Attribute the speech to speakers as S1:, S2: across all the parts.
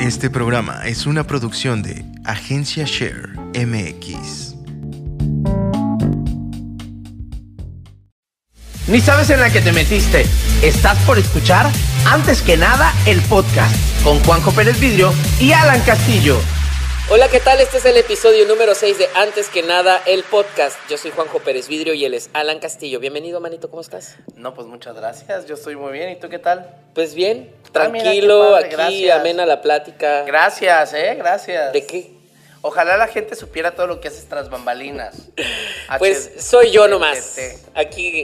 S1: Este programa es una producción de Agencia Share MX.
S2: Ni sabes en la que te metiste. Estás por escuchar, antes que nada, el podcast con Juanjo Pérez Vidrio y Alan Castillo.
S3: Hola, ¿qué tal? Este es el episodio número 6 de Antes que nada, el podcast. Yo soy Juanjo Pérez Vidrio y él es Alan Castillo. Bienvenido, manito, ¿cómo estás?
S4: No, pues muchas gracias. Yo estoy muy bien. ¿Y tú qué tal?
S3: Pues bien,
S4: Ah, mira,
S3: tranquilo,
S4: qué padre,
S3: aquí,
S4: gracias.
S3: amena la plática.
S4: Gracias, eh, gracias.
S3: ¿De qué?
S4: Ojalá la gente supiera todo lo que haces tras bambalinas.
S3: Pues
S4: H-
S3: soy yo nomás.
S4: HDT.
S3: Aquí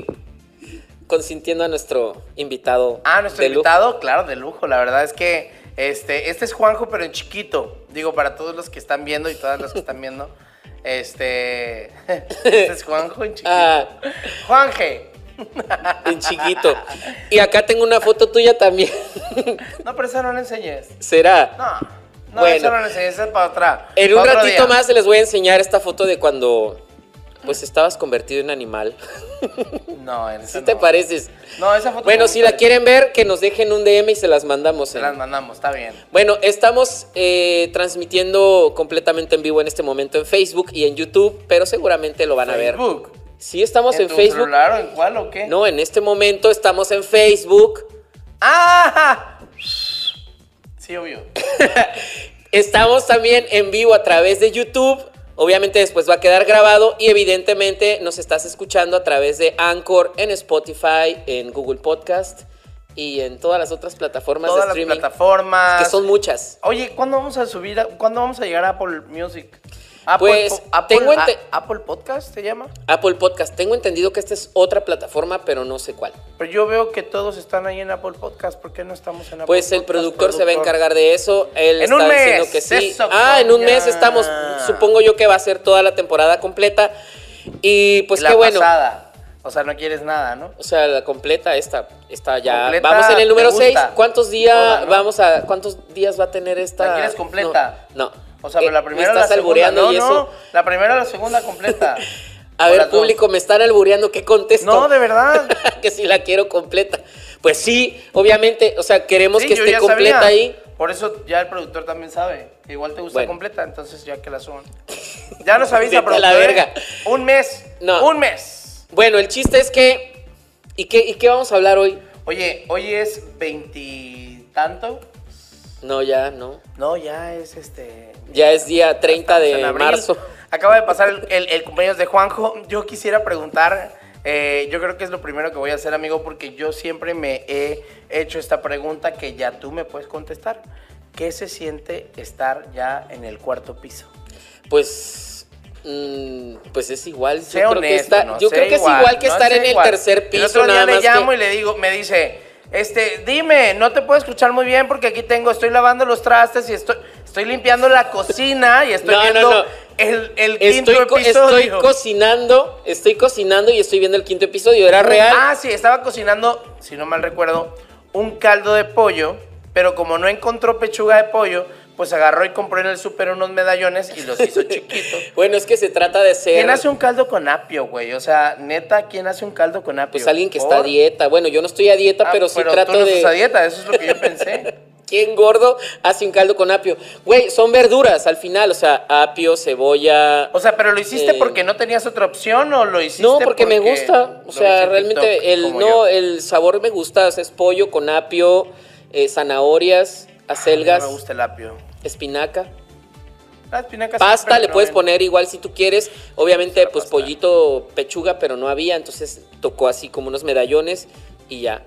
S3: consintiendo a nuestro invitado.
S4: Ah, nuestro
S3: de lujo.
S4: invitado, claro, de lujo. La verdad es que este, este es Juanjo, pero en chiquito. Digo, para todos los que están viendo y todas las que están viendo. Este, este es Juanjo en chiquito.
S3: Ah,
S4: Juanje.
S3: en chiquito. Y acá tengo una foto tuya también.
S4: No, pero eso no lo enseñes.
S3: Será.
S4: No, no,
S3: Bueno.
S4: eso no lo enseñes, eso es para otra.
S3: En
S4: para
S3: un
S4: otro
S3: ratito
S4: día.
S3: más les voy a enseñar esta foto de cuando pues estabas convertido en animal.
S4: No, en eso
S3: ¿Sí te
S4: no.
S3: pareces?
S4: No, esa foto.
S3: Bueno,
S4: no
S3: si
S4: me
S3: la
S4: parece.
S3: quieren ver, que nos dejen un DM y se las mandamos.
S4: Se
S3: en-
S4: las mandamos, está bien.
S3: Bueno, estamos eh, transmitiendo completamente en vivo en este momento en Facebook y en YouTube, pero seguramente lo van a ver.
S4: Facebook.
S3: Sí, estamos en,
S4: tu
S3: Facebook.
S4: celular o en cuál o qué?
S3: No, en este momento estamos en Facebook.
S4: ¡Ah! Sí, obvio.
S3: Estamos también en vivo a través de YouTube. Obviamente después va a quedar grabado y evidentemente nos estás escuchando a través de Anchor, en Spotify, en Google Podcast y en todas las otras plataformas
S4: Todas
S3: de
S4: las
S3: streaming.
S4: plataformas.
S3: que son muchas.
S4: Oye, ¿cuándo vamos a subir? a- ¿Cuándo vamos a llegar a Apple Music? Apple,
S3: Pues,
S4: po- Apple,
S3: tengo ente-
S4: a- Apple Podcast se llama.
S3: Apple Podcast. Tengo entendido que esta es otra plataforma, pero no sé cuál.
S4: Pero yo veo que todos están ahí en Apple Podcast. ¿Por qué no estamos en Apple
S3: Pues el
S4: Podcast,
S3: productor se va a encargar de eso. Él
S4: En
S3: está
S4: un
S3: diciendo
S4: mes,
S3: que sí.
S4: eso,
S3: ah, en un
S4: coña.
S3: mes estamos. Supongo yo que va a ser toda la temporada completa. Y pues
S4: la
S3: qué bueno.
S4: pasada. O sea, no quieres nada, ¿no?
S3: O sea, la completa esta, esta ya.
S4: Completa,
S3: vamos en el número
S4: te
S3: 6.
S4: gusta.
S3: ¿Cuántos días
S4: Toda, ¿no?
S3: vamos a cuántos días va a tener esta?
S4: ¿La quieres completa?
S3: No. no.
S4: O sea, pero
S3: Eh,
S4: la primera,
S3: me estás
S4: la segunda,
S3: albureando
S4: no,
S3: y
S4: no,
S3: eso.
S4: la primera, la segunda completa.
S3: A
S4: O
S3: ver,
S4: las dos.
S3: público, me están albureando, ¿qué contesto?
S4: No, de verdad.
S3: que si la quiero completa. Pues sí, obviamente, o sea, queremos
S4: Sí,
S3: que
S4: yo
S3: esté
S4: ya
S3: completa
S4: sabía.
S3: ahí.
S4: Por eso ya el productor también sabe. Igual te gusta
S3: Bueno.
S4: completa, entonces ya que la suban. Ya nos avisa,
S3: Vete a
S4: productor.
S3: la
S4: ¿eh?
S3: verga.
S4: Un mes.
S3: No.
S4: Un mes.
S3: Bueno, el chiste es que. ¿Y qué, y qué vamos a hablar hoy?
S4: Oye, hoy es veintitanto.
S3: No, ya, no.
S4: No, ya es este.
S3: Ya es día 30
S4: estamos en
S3: de
S4: abril.
S3: marzo.
S4: Acaba de pasar el, el- el cumpleaños de Juanjo. Yo quisiera preguntar. eh, yo creo que es lo primero que voy a hacer, amigo, porque yo siempre me he hecho esta pregunta que ya tú me puedes contestar. ¿Qué se siente estar ya en el cuarto piso?
S3: Pues. mm, pues es igual. Yo
S4: Sé
S3: creo que,
S4: honesto,
S3: está-
S4: no
S3: yo
S4: sé
S3: creo que es igual que
S4: no
S3: estar
S4: sé
S3: en el
S4: igual.
S3: tercer piso.
S4: El otro día
S3: nada
S4: le
S3: más
S4: llamo
S3: que-
S4: y le digo, me dice, este, dime, no te puedo escuchar muy bien porque aquí tengo, estoy lavando los trastes y estoy, estoy limpiando la cocina y estoy
S3: No, no,
S4: viendo
S3: no.
S4: el, el quinto
S3: Estoy, co-
S4: episodio.
S3: estoy cocinando, estoy cocinando y estoy viendo el quinto episodio. Era real.
S4: Ah, sí, estaba cocinando, si no mal recuerdo, un caldo de pollo, pero como no encontró pechuga de pollo, pues agarró y compró en el súper unos medallones y los hizo chiquitos.
S3: Bueno, es que se trata de ser.
S4: ¿Quién hace un caldo con apio, güey? O sea, neta, ¿quién hace un caldo con apio?
S3: Pues alguien que está a
S4: Por-
S3: dieta. Bueno, yo no estoy a dieta,
S4: Ah,
S3: pero sí
S4: tú
S3: trato
S4: no
S3: de.
S4: estás a dieta, eso es lo que yo pensé.
S3: ¿Quién gordo hace un caldo con apio? Güey, son verduras al final, o sea, apio, cebolla.
S4: O sea, pero lo hiciste
S3: Eh.
S4: porque no tenías otra opción o lo hiciste
S3: no, porque, me gusta,
S4: lo
S3: o
S4: viste
S3: sea,
S4: en
S3: realmente
S4: TikTok,
S3: el
S4: como
S3: no,
S4: yo?
S3: el sabor me gusta, o sea, es pollo con apio, eh, zanahorias, acelgas,
S4: No Ah, me gusta el apio.
S3: espinaca. Ah,
S4: La espinaca
S3: Pasta
S4: siempre
S3: le
S4: me
S3: puedes
S4: va bien.
S3: poner igual si tú quieres. Obviamente,
S4: la
S3: pues
S4: pasta.
S3: pollito, pechuga, pero no había, entonces tocó así como unos medallones y ya,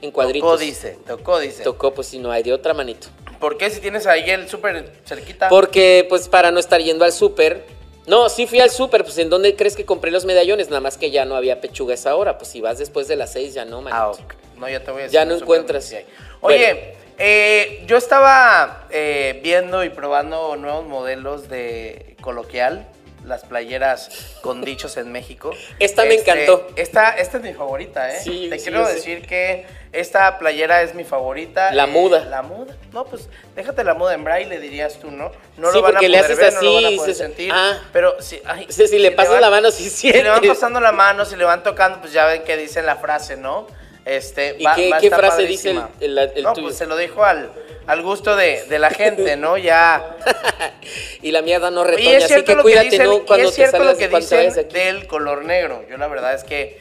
S3: en cuadritos.
S4: Tocó, dice, tocó, dice.
S3: Tocó, pues si no hay de otra manito.
S4: ¿Por qué si tienes ahí el súper cerquita?
S3: Porque, pues, para no estar yendo al súper. No, sí fui al súper, pues, ¿en dónde crees que compré los medallones? Nada más que ya no había pechuga a esa hora. Pues, si vas después de las seis, ya no, manito.
S4: Ah, ok. No, ya te voy a decir.
S3: Ya no
S4: el súper
S3: encuentras.
S4: donde sí hay. Oye, eh, yo estaba eh, viendo y probando nuevos modelos de coloquial, las playeras con dichos en México. Este,
S3: Esta me encantó.
S4: Esta, esta es mi favorita, ¿eh?
S3: Sí,
S4: te
S3: sí,
S4: quiero
S3: yo sé.
S4: decir que esta playera es mi favorita.
S3: La
S4: Eh,
S3: muda.
S4: La muda. No, pues déjate la muda en braille, dirías tú, ¿no? No
S3: Sí,
S4: lo van a
S3: porque
S4: poder
S3: le haces
S4: ver, no lo
S3: así,
S4: van a poder
S3: se-
S4: sentir.
S3: ah.
S4: Pero si, ay,
S3: O sea, si le
S4: te
S3: pasas
S4: van-
S3: la mano, sí
S4: si le van
S3: sientes.
S4: pasando la mano, si le van tocando, pues ya ven que dicen la frase, ¿no? Este,
S3: ¿Y
S4: va-
S3: qué-
S4: va a
S3: qué
S4: estar
S3: frase dice el-
S4: padrísima.
S3: el- el
S4: no,
S3: tuyo?
S4: pues se lo dejo al, al gusto de, de la gente, ¿no? Ya.
S3: Y la mierda no
S4: Y
S3: retoña,
S4: es
S3: así
S4: cierto
S3: que
S4: lo que
S3: cuídate
S4: dicen,
S3: ¿no?
S4: y
S3: cuando
S4: es
S3: te
S4: cierto
S3: salgas
S4: lo que
S3: cuando
S4: dicen
S3: vayas de aquí.
S4: del color negro. Yo la verdad es que,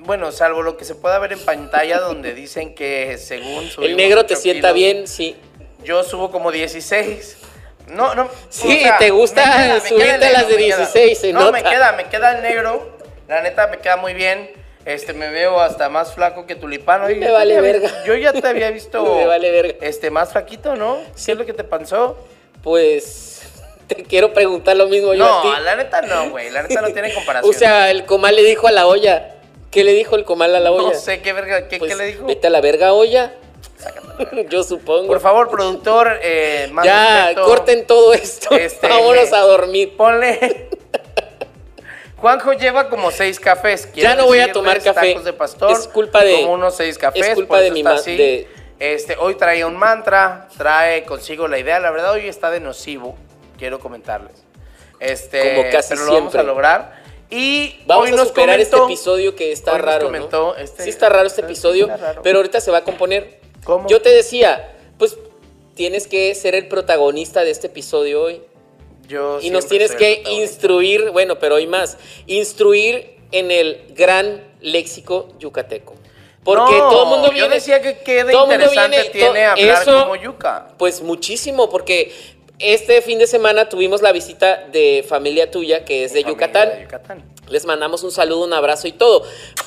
S4: bueno, salvo lo que se pueda ver en pantalla donde dicen que según
S3: El
S4: subimos
S3: negro te
S4: ocho
S3: sienta
S4: kilos,
S3: bien, sí.
S4: Yo subo como 16. No, no.
S3: Sí, te gusta
S4: me queda- me
S3: subirte
S4: queda
S3: a las de
S4: me queda.
S3: 16, se
S4: no, me
S3: nota.
S4: queda, me queda el negro. La neta me queda muy bien. Este, me veo hasta más flaco que tulipán. Oye,
S3: Me
S4: yo
S3: vale
S4: ya-
S3: verga.
S4: Yo ya te había visto.
S3: Me vale verga.
S4: Este, más flaquito, ¿no?
S3: Sí.
S4: ¿Qué es lo que te pasó?
S3: Pues te quiero preguntar lo mismo yo a ti.
S4: No, la neta no, güey. La neta no tiene comparación.
S3: O sea, el comal le dijo a la olla. ¿Qué le dijo el comal a la olla?
S4: no sé qué verga, qué,
S3: Pues,
S4: qué le dijo.
S3: Vete a la verga olla. Yo supongo.
S4: Por favor, productor, eh, más
S3: ya,
S4: respeto.
S3: corten todo esto.
S4: Este,
S3: Vámonos a dormir.
S4: Ponle. Juanjo lleva como seis cafés.
S3: Ya no voy a tomar
S4: decirles,
S3: café.
S4: Tacos de pastor.
S3: Es culpa de-
S4: Como unos seis cafés.
S3: es culpa
S4: por
S3: de
S4: eso
S3: mi
S4: está
S3: ma-
S4: así.
S3: de-
S4: Este, hoy trae un mantra, trae consigo la idea. La verdad, hoy está de nocivo. Quiero comentarles. Este,
S3: Como casi
S4: pero lo vamos
S3: siempre.
S4: a lograr. Y
S3: Vamos
S4: hoy
S3: a
S4: nos
S3: superar
S4: comentó-
S3: este episodio que está
S4: hoy nos
S3: raro. ¿no?
S4: comentó este-
S3: sí está raro este
S4: está-
S3: episodio,
S4: está raro.
S3: pero ahorita se va a componer.
S4: ¿Cómo?
S3: Yo te decía, pues tienes que ser el protagonista de este episodio hoy.
S4: Yo
S3: Y nos
S4: siempre
S3: tienes
S4: soy el
S3: que
S4: protagonista.
S3: instruir, bueno, pero hoy más, instruir en el gran léxico yucateco. Porque
S4: No,
S3: todo el mundo viene.
S4: Yo decía que qué de
S3: todo mundo
S4: interesante
S3: viene, to-
S4: tiene hablar
S3: eso-
S4: como yuca.
S3: Pues muchísimo, porque este fin de semana tuvimos la visita de familia tuya, que es de
S4: Familia
S3: Yucatán.
S4: de Yucatán.
S3: Les mandamos un saludo, un abrazo y todo.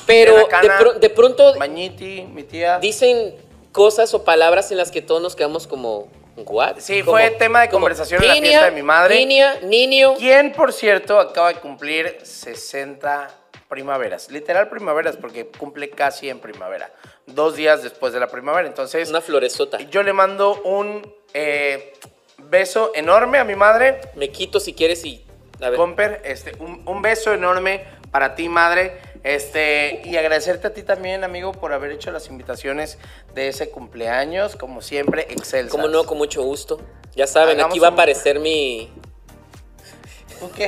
S3: Pero de,
S4: Benacana,
S3: pro- de pronto
S4: Mañiti, mi tía.
S3: dicen cosas o palabras en las que todos nos quedamos como, ¿what?
S4: Sí,
S3: Como-
S4: fue tema de
S3: como,
S4: conversación en la
S3: "Piña,
S4: fiesta de mi madre".
S3: Niña, niño.
S4: Quien, por cierto, acaba de cumplir 60 primaveras. Literal primaveras, porque cumple casi en primavera. Dos días después de la primavera. Entonces,
S3: Una florezota.
S4: yo le mando un eh, beso enorme a mi madre.
S3: Me quito si quieres y. A ver.
S4: Comper, este, un, un beso enorme para ti, madre. Este, y agradecerte a ti también, amigo, por haber hecho las invitaciones de ese cumpleaños. Como siempre, excel.
S3: Como no, con mucho gusto. Ya saben,
S4: Hagamos
S3: aquí va a
S4: un-
S3: aparecer mi,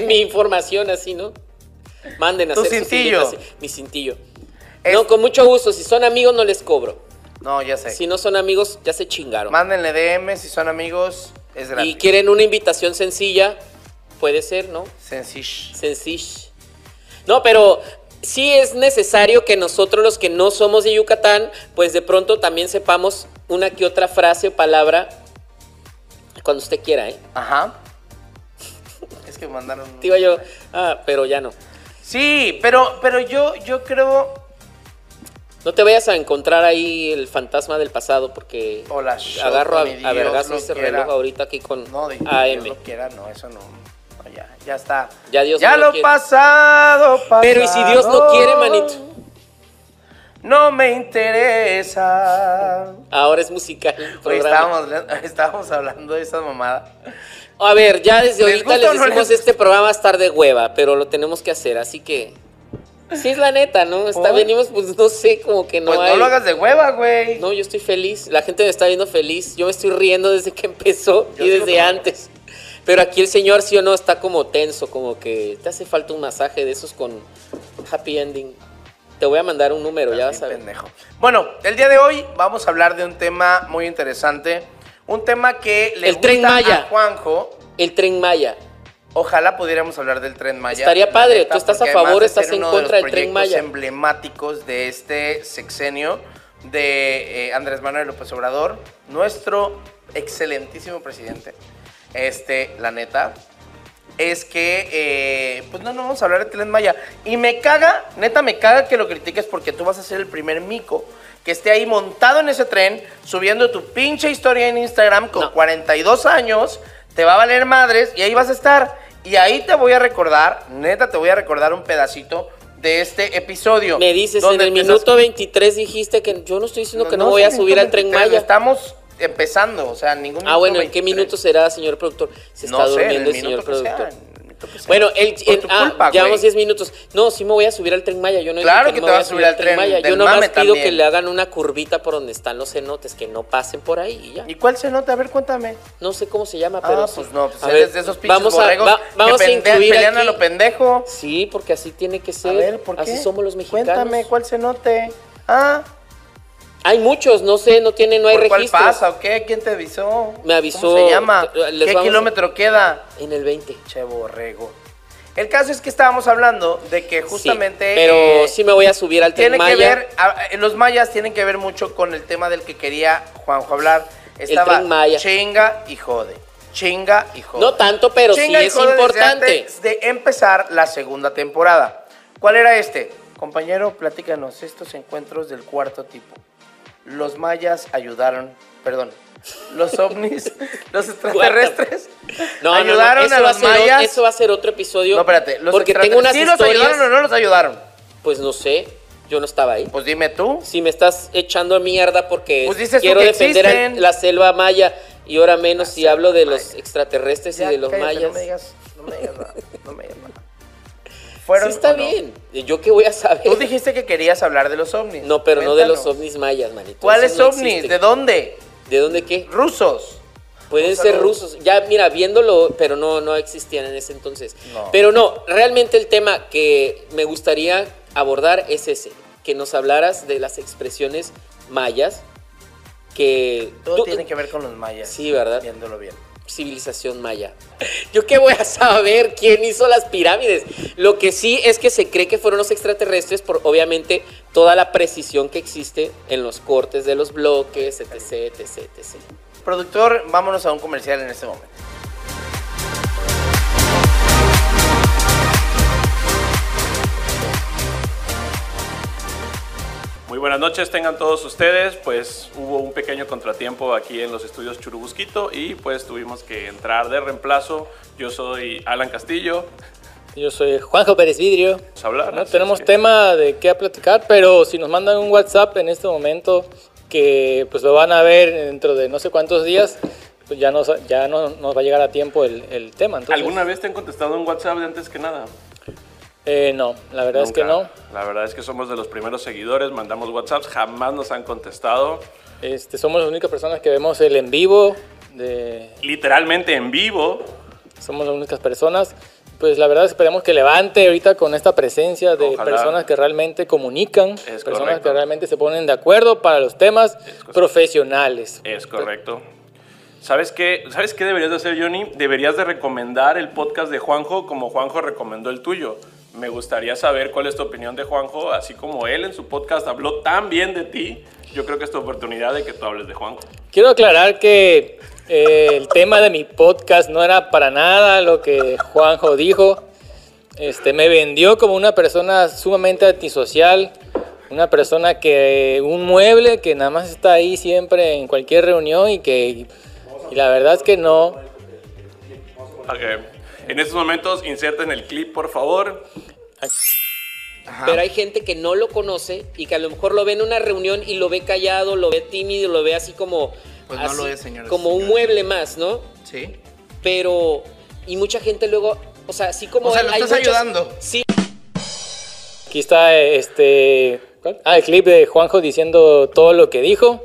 S3: mi información así, ¿no? Manden a
S4: Tu
S3: hacer sus
S4: cintillo.
S3: inditas- mi cintillo.
S4: Es-
S3: No, con mucho gusto. Si son amigos, no les cobro.
S4: No, ya sé.
S3: Si no son amigos, ya se chingaron.
S4: Mándenle DM si son amigos. Es gratis.
S3: Y quieren una invitación sencilla, puede ser, ¿no?
S4: Sencillo.
S3: Sencilla. No, pero sí es necesario que nosotros los que no somos de Yucatán, pues de pronto también sepamos una que otra frase o palabra cuando usted quiera, ¿eh?
S4: Ajá. Es que mandaron.
S3: Te iba yo, ah, pero ya no.
S4: Sí, pero, pero yo, yo creo.
S3: No te vayas a encontrar ahí el fantasma del pasado porque
S4: Hola, shot,
S3: agarro a,
S4: ni
S3: a
S4: Dios lo
S3: vergazos ese
S4: quiera.
S3: reloj ahorita aquí con
S4: pues, No, de
S3: AM.
S4: Dios lo quiera, no, eso no. no, ya, ya está.
S3: Ah, Ya Dios
S4: Ya
S3: no lo
S4: lo
S3: quiere.
S4: pasado, pasado.
S3: Pero ¿y si Dios no quiere, manito?
S4: No me interesa.
S3: Ahora es musical. el
S4: Oye,
S3: programa.
S4: estábamos, estábamos hablando de esa mamada.
S3: A ver, ya desde
S4: ¿Les
S3: ahorita
S4: gusta
S3: les
S4: o no les
S3: decimos
S4: gusta?
S3: este programa va a estar de hueva, pero lo tenemos que hacer, así que. Sí, es la neta, ¿no? Está,
S4: ¿Por?
S3: venimos, pues no sé, como que no
S4: pues
S3: hay.
S4: no lo hagas de hueva, güey.
S3: No, yo estoy feliz. La gente me está viendo feliz. Yo me estoy riendo desde que empezó
S4: Yo
S3: y
S4: sí lo
S3: desde
S4: conozco.
S3: antes. Pero aquí el señor, sí o no, está como tenso, como que te hace falta un masaje de esos con happy ending. Te voy a mandar un número, ya vas
S4: Bien
S3: a ver.
S4: pendejo. Bueno, el día de hoy vamos a hablar de un tema muy interesante. Un tema que le
S3: El
S4: gusta
S3: Tren Maya.
S4: a Juanjo.
S3: El tren Maya.
S4: Ojalá pudiéramos hablar del Tren Maya.
S3: Estaría
S4: La
S3: padre, ¿tú estás
S4: porque
S3: a favor,
S4: además de
S3: estás
S4: ser
S3: en
S4: uno de los
S3: contra del Tren
S4: proyectos
S3: Maya?
S4: emblemáticos de este sexenio de eh, Andrés Manuel López Obrador, nuestro excelentísimo presidente. Este, la neta, es que, eh, pues no, no vamos a hablar de Telen Maya. Y me caga, neta me caga que lo critiques porque tú vas a ser el primer mico que esté ahí montado en ese tren, subiendo tu pinche historia en Instagram con
S3: No.
S4: 42 años, te va a valer madres y ahí vas a estar. Y ahí te voy a recordar, neta te voy a recordar un pedacito de este episodio.
S3: Me dices, en
S4: donde
S3: el
S4: empiezas-
S3: minuto 23 dijiste que yo no estoy diciendo que no,
S4: es
S3: voy a
S4: el
S3: subir al
S4: minuto
S3: tren
S4: 23,
S3: Maya.
S4: Estamos empezando, o sea, ningún
S3: Ah, bueno, ¿en qué
S4: 23?
S3: minuto será, señor productor? Se está
S4: No sé, en
S3: durmiendo el, señor
S4: minuto que sea,
S3: productor.
S4: en el minuto que sea.
S3: Bueno, el,
S4: Por
S3: en-
S4: tu
S3: ah,
S4: culpa,
S3: llevamos
S4: güey.
S3: 10 minutos. No, sí me voy a subir al tren Maya. Yo no digo
S4: Claro que
S3: no me
S4: te
S3: voy
S4: vas a subir al tren
S3: Maya. Yo
S4: del
S3: nomás
S4: mame
S3: pido que
S4: también.
S3: le hagan una curvita por donde están los cenotes, que no pasen por ahí y ya.
S4: ¿Y cuál se nota? A ver, cuéntame.
S3: No sé cómo se llama,
S4: Ah,
S3: pero.
S4: pues
S3: sí.
S4: no, pues
S3: A
S4: eres
S3: ver,
S4: de esos pinches
S3: vamos a,
S4: borregos
S3: va- vamos
S4: que
S3: a
S4: pendean-
S3: incluir
S4: pelean a
S3: aquí-
S4: lo pendejo.
S3: Sí, porque así tiene que ser.
S4: A ver, ¿por qué?
S3: Así somos los mexicanos.
S4: Cuéntame, ¿cuál cenote? Ah,
S5: Hay muchos, no sé, no tiene, no hay
S4: ¿Por
S5: registros.
S4: ¿Cuál pasa o qué? ¿Quién te avisó?
S5: Me avisó.
S4: ¿Cómo se llama?
S5: Les
S4: ¿Qué
S5: vamos a-
S4: kilómetro queda?
S5: En el 20.
S4: Che borrego. El caso es que estábamos hablando de que justamente.
S5: Sí, pero
S4: eh,
S5: sí me voy a subir al Tren
S4: tiene
S5: Maya.
S4: que ver. a- eh, los mayas tienen que ver mucho con el tema del que quería Juanjo hablar. Estaba
S5: Tren Maya.
S4: chinga y jode. Chinga y jode.
S5: No tanto, pero sí
S4: Chinga y
S5: es
S4: jode desde
S5: importante.
S4: antes de empezar la segunda temporada. ¿Cuál era este? Compañero, platícanos estos encuentros del cuarto tipo. Los mayas ayudaron, perdón, los ovnis, los extraterrestres
S5: No, no, no,
S4: ayudaron
S5: eso
S4: a
S5: va
S4: los
S5: ser o-
S4: mayas.
S5: eso va a ser otro episodio.
S4: No, espérate. Los
S5: porque tengo unas
S4: extraterrestres, ¿Sí los
S5: historias.
S4: ayudaron o no los ayudaron?
S5: Pues no sé, yo no estaba ahí.
S4: Pues dime tú.
S5: Si me estás echando mierda porque
S4: Pues dices tú
S5: quiero
S4: que
S5: defender a
S4: existen.
S5: la selva maya y ahora menos si
S4: selva
S5: hablo de
S4: maya.
S5: los extraterrestres
S4: Ya,
S5: y de los
S4: cállate,
S5: mayas.
S4: No me digas, no me digas nada. No me digas nada. ¿Fueron
S5: sí está
S4: o no?
S5: bien. ¿Yo qué voy a saber?
S4: Tú dijiste que querías hablar de los ovnis.
S5: No, pero no de
S4: Cuéntanos.
S5: los ovnis mayas, manito.
S4: ¿Cuáles
S5: Esos no
S4: ovnis?
S5: existen.
S4: ¿De dónde?
S5: ¿De dónde qué?
S4: Rusos.
S5: Pueden
S4: Un
S5: ser
S4: saludo.
S5: rusos. Ya, mira, viéndolo, pero no, no existían en ese entonces.
S4: No.
S5: Pero no, realmente el tema que me gustaría abordar es ese. Que nos hablaras de las expresiones mayas que...
S4: Todo
S5: tú-
S4: tiene que ver con los mayas.
S5: Sí, ¿verdad?
S4: Viéndolo bien.
S5: civilización maya. Yo qué voy a saber quién hizo las pirámides. Lo que sí es que se cree que fueron los extraterrestres por obviamente toda la precisión que existe en los cortes de los bloques, etc, etc, etc.
S4: Productor, vámonos a un comercial en este momento.
S6: Muy buenas noches, tengan todos ustedes. Pues hubo un pequeño contratiempo aquí en los estudios Churubusquito y pues tuvimos que entrar de reemplazo. Yo soy Alan Castillo.
S3: Yo soy Juanjo Pérez Vidrio.
S6: Vamos a hablar.
S3: No
S6: así
S3: tenemos
S6: es que-
S3: tema de qué platicar, pero si nos mandan un WhatsApp en este momento, que pues lo van a ver dentro de no sé cuántos días, pues ya, nos, ya no nos va a llegar a tiempo el, el tema. Entonces,
S6: ¿Alguna vez te han contestado en WhatsApp de antes que nada?
S3: Eh, no, la verdad es que no.
S6: Nunca. La verdad es que somos de los primeros seguidores, mandamos WhatsApps, jamás nos han contestado.
S3: Este, somos las únicas personas que vemos el en vivo, de,
S6: Literalmente en vivo,
S3: somos las únicas personas. Pues la verdad esperemos que levante ahorita con esta presencia de
S6: Ojalá.
S3: personas que realmente comunican, personas
S6: correcto.
S3: que realmente se ponen de acuerdo para los temas
S6: correcto.
S3: profesionales.
S6: Es correcto. ¿Sabes qué, ¿Sabes qué deberías de hacer, Johnny? Deberías de recomendar el podcast de Juanjo como Juanjo recomendó el tuyo. Me gustaría saber cuál es tu opinión de Juanjo, así como él en su podcast habló tan bien de ti. Yo creo que es tu oportunidad de que tú hables de Juanjo.
S3: Quiero aclarar que eh, el tema de mi podcast no era para nada lo que Juanjo dijo. Este, me vendió como una persona sumamente antisocial, una persona que un mueble que nada más está ahí siempre en cualquier reunión y que y la verdad es que no.
S6: Ok. En estos momentos, inserten el clip, por favor.
S5: Pero hay gente que no lo conoce y que a lo mejor lo ve en una reunión y lo ve callado, lo ve tímido, lo ve así como
S4: Pues no
S5: así,
S4: lo es, señores y
S5: como un
S4: señores.
S5: mueble más, ¿no?
S4: Sí.
S5: Pero y mucha gente luego, o sea, así como
S4: O sea,
S5: él,
S4: lo
S5: hay
S4: estás
S5: muchas-
S4: ayudando.
S5: Sí,
S3: Aquí está eh, este ¿cuál? ah, el clip de Juanjo diciendo todo lo que dijo.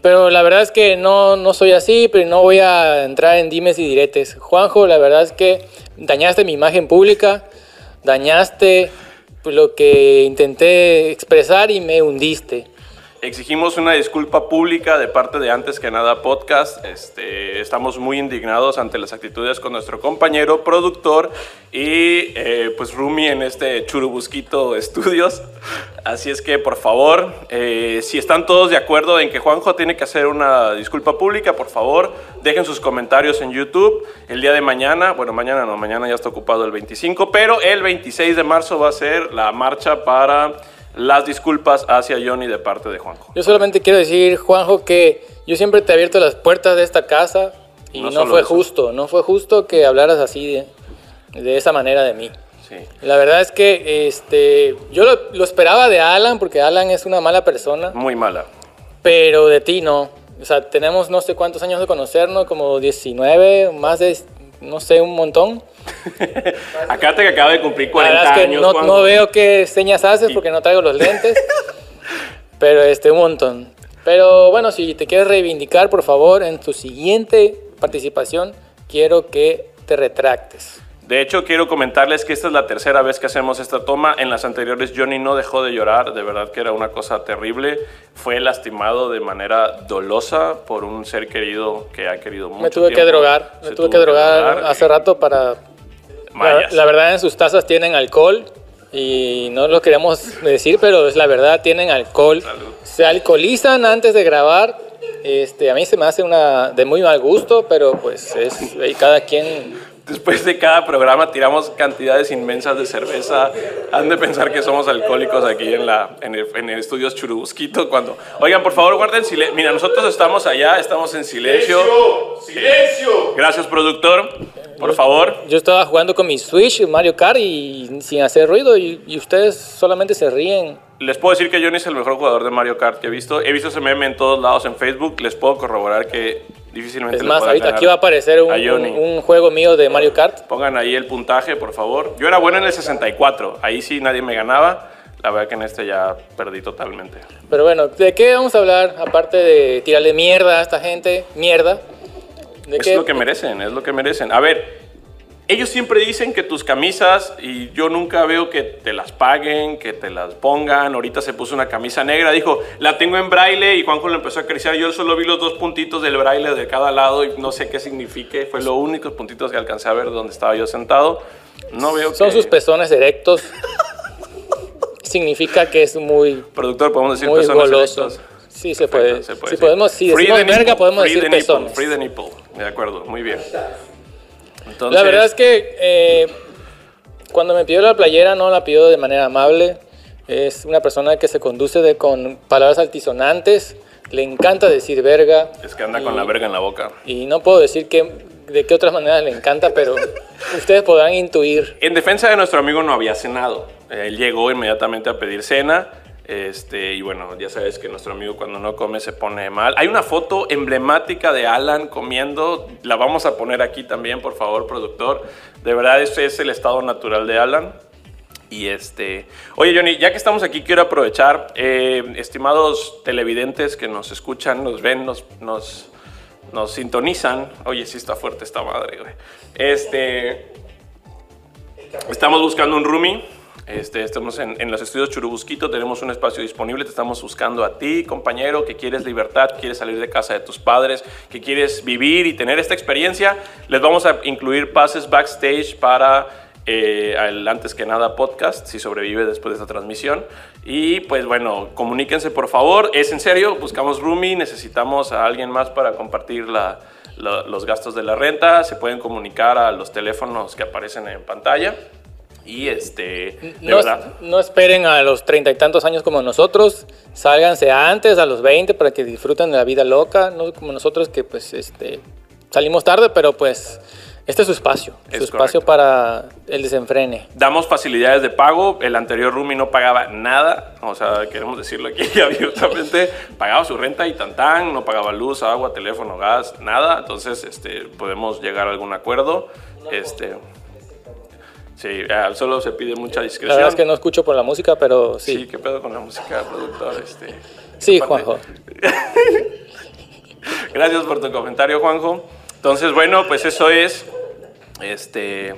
S3: Pero la verdad es que no, no soy así, pero no voy a entrar en dimes y diretes. Juanjo, la verdad es que dañaste mi imagen pública, dañaste lo que intenté expresar y me hundiste.
S6: Exigimos una disculpa pública de parte de Antes que nada Podcast. Este, estamos muy indignados ante las actitudes con nuestro compañero, productor y eh, pues Rumi en este Churubusquito Estudios. Así es que por favor, eh, si están todos de acuerdo en que Juanjo tiene que hacer una disculpa pública, por favor, dejen sus comentarios en YouTube. El día de mañana, bueno, mañana no, mañana ya está ocupado el 25, pero el 26 de marzo va a ser la marcha para las disculpas hacia Johnny de parte de Juanjo.
S3: Yo solamente quiero decir, Juanjo, que yo siempre te he abierto las puertas de esta casa y
S6: No
S3: no,
S6: solo
S3: fue
S6: eso.
S3: justo, no fue justo que hablaras así, de, de esa manera de mí.
S6: Sí.
S3: La verdad es que este, yo lo, lo esperaba de Alan, porque Alan es una mala persona,
S6: Muy mala.
S3: pero de ti no. O sea, tenemos no sé cuántos años de conocernos, como 19, más de, no sé, un montón.
S6: Acá te acaba de cumplir
S3: La
S6: 40
S3: verdad es que
S6: años.
S3: no,
S6: Juanjo.
S3: no veo qué señas haces porque no traigo los lentes, pero este, un montón. Pero bueno, si te quieres reivindicar, por favor, en tu siguiente participación, quiero que te retractes.
S6: De hecho, quiero comentarles que esta es la tercera vez que hacemos esta toma. En las anteriores Johnny no dejó de llorar, de verdad que era una cosa terrible. Fue lastimado de manera dolosa por un ser querido que ha querido mucho.
S3: Me tuve que
S6: tiempo.
S3: drogar, me
S6: Se
S3: tuve
S6: tuvo
S3: que drogar
S6: drogar.
S3: hace rato para... La,
S6: Mayas.
S3: la verdad en sus tazas tienen alcohol y no lo queremos decir, pero es la verdad, tienen alcohol.
S6: Salud.
S3: Se alcoholizan antes de grabar. Este, a mí se me hace una de muy mal gusto, pero pues es ahí cada quien
S6: Después de cada programa tiramos cantidades inmensas de cerveza. Han de pensar que somos alcohólicos aquí en, la, en, el, en el estudios Churubusquito. Cuando, oigan, por favor, guarden silencio. Mira, nosotros estamos allá, estamos en silencio. ¡Silencio! Gracias, productor. Por favor.
S3: Yo estaba jugando con mi Switch, Mario Kart, y sin hacer ruido, y, y ustedes solamente se ríen.
S6: Les puedo decir que Johnny es el mejor jugador de Mario Kart que he visto. He visto ese meme en todos lados en Facebook. Les puedo corroborar que difícilmente
S3: Es
S6: le
S3: más,
S6: pueda
S3: ahorita
S6: ganar
S3: aquí va a aparecer un,
S6: a Johnny.
S3: un- un juego mío de Mario Kart.
S6: Pongan ahí el puntaje, por favor. Yo era bueno en el 64, ahí sí nadie me ganaba. La verdad que en este ya perdí totalmente.
S3: Pero bueno, ¿de qué vamos a hablar? Aparte de tirarle mierda a esta gente, mierda. ¿De
S6: Es lo que merecen, es lo que merecen. A ver, ellos siempre dicen que tus camisas, y yo nunca veo que te las paguen, que te las pongan. Ahorita se puso una camisa negra, dijo, la tengo en braille, y Juanjo lo empezó a acariciar. Yo solo vi los dos puntitos del braille de cada lado y no sé qué signifique. Fue los únicos puntitos que alcancé a ver donde estaba yo sentado. No veo
S3: Son
S6: que-
S3: sus pezones erectos. Significa que es muy,
S6: Productor, podemos decir
S3: muy
S6: personas
S3: goloso.
S6: erectas?
S3: Sí, se
S6: Perfecto,
S3: puede.
S6: se puede
S3: si
S6: decir.
S3: podemos, si
S6: Free the
S3: decimos verga,
S6: nipple,
S3: podemos
S6: free the
S3: decir
S6: nipple,
S3: pezones.
S6: Free the nipple. De acuerdo, muy bien. Entonces,
S3: La verdad es que eh, cuando me pidió la playera no la pidió de manera amable. Es una persona que se conduce de, con palabras altisonantes. Le encanta decir verga.
S6: es que anda con la verga en la boca.
S3: Y no puedo decir que, de qué otras maneras le encanta, pero ustedes podrán intuir.
S6: En defensa de nuestro amigo no había cenado. Él llegó inmediatamente a pedir cena. Este, y bueno, ya sabes que nuestro amigo cuando no come se pone mal. Hay una foto emblemática de Alan comiendo. La vamos a poner aquí también, por favor, productor. De verdad, ese es el estado natural de Alan. Y este, oye Johnny, ya que estamos aquí quiero aprovechar, eh, estimados televidentes que nos escuchan, nos ven, nos, nos, nos sintonizan. Oye, sí está fuerte esta madre, güey. Este, Estamos buscando un roomie. Este, estamos en, en los estudios Churubusquito, tenemos un espacio disponible, te estamos buscando a ti, compañero, que quieres libertad, que quieres salir de casa de tus padres, que quieres vivir y tener esta experiencia. Les vamos a incluir pases backstage para eh, al antes que nada podcast, si sobrevive después de esta transmisión. Y pues bueno, comuníquense por favor, es en serio, buscamos roomie, necesitamos a alguien más para compartir la, la- los gastos de la renta, se pueden comunicar a los teléfonos que aparecen en pantalla. Y este, de
S3: No,
S6: verdad.
S3: no esperen a los treinta y tantos años como nosotros. Sálganse antes, a los 20, para que disfruten de la vida loca. No como nosotros que pues este, salimos tarde, pero pues este es su espacio.
S6: Es
S3: su espacio
S6: correcto.
S3: para el desenfrene.
S6: Damos facilidades de pago. El anterior Rumi no pagaba nada. O sea, queremos decirlo aquí abiertamente. Pagaba su renta y tan tan. No pagaba luz, agua, teléfono, gas, nada. Entonces, este, podemos llegar a algún acuerdo. Este. Sí, ah, solo se pide mucha
S3: La
S6: discreción.
S3: verdad es que no escucho por la música, pero
S6: sí.
S3: sí.
S6: qué pedo con la música, productor. Este.
S3: Sí,
S6: Aparte-
S3: Juanjo.
S6: Gracias por tu comentario, Juanjo. Entonces, bueno, pues eso es. Este.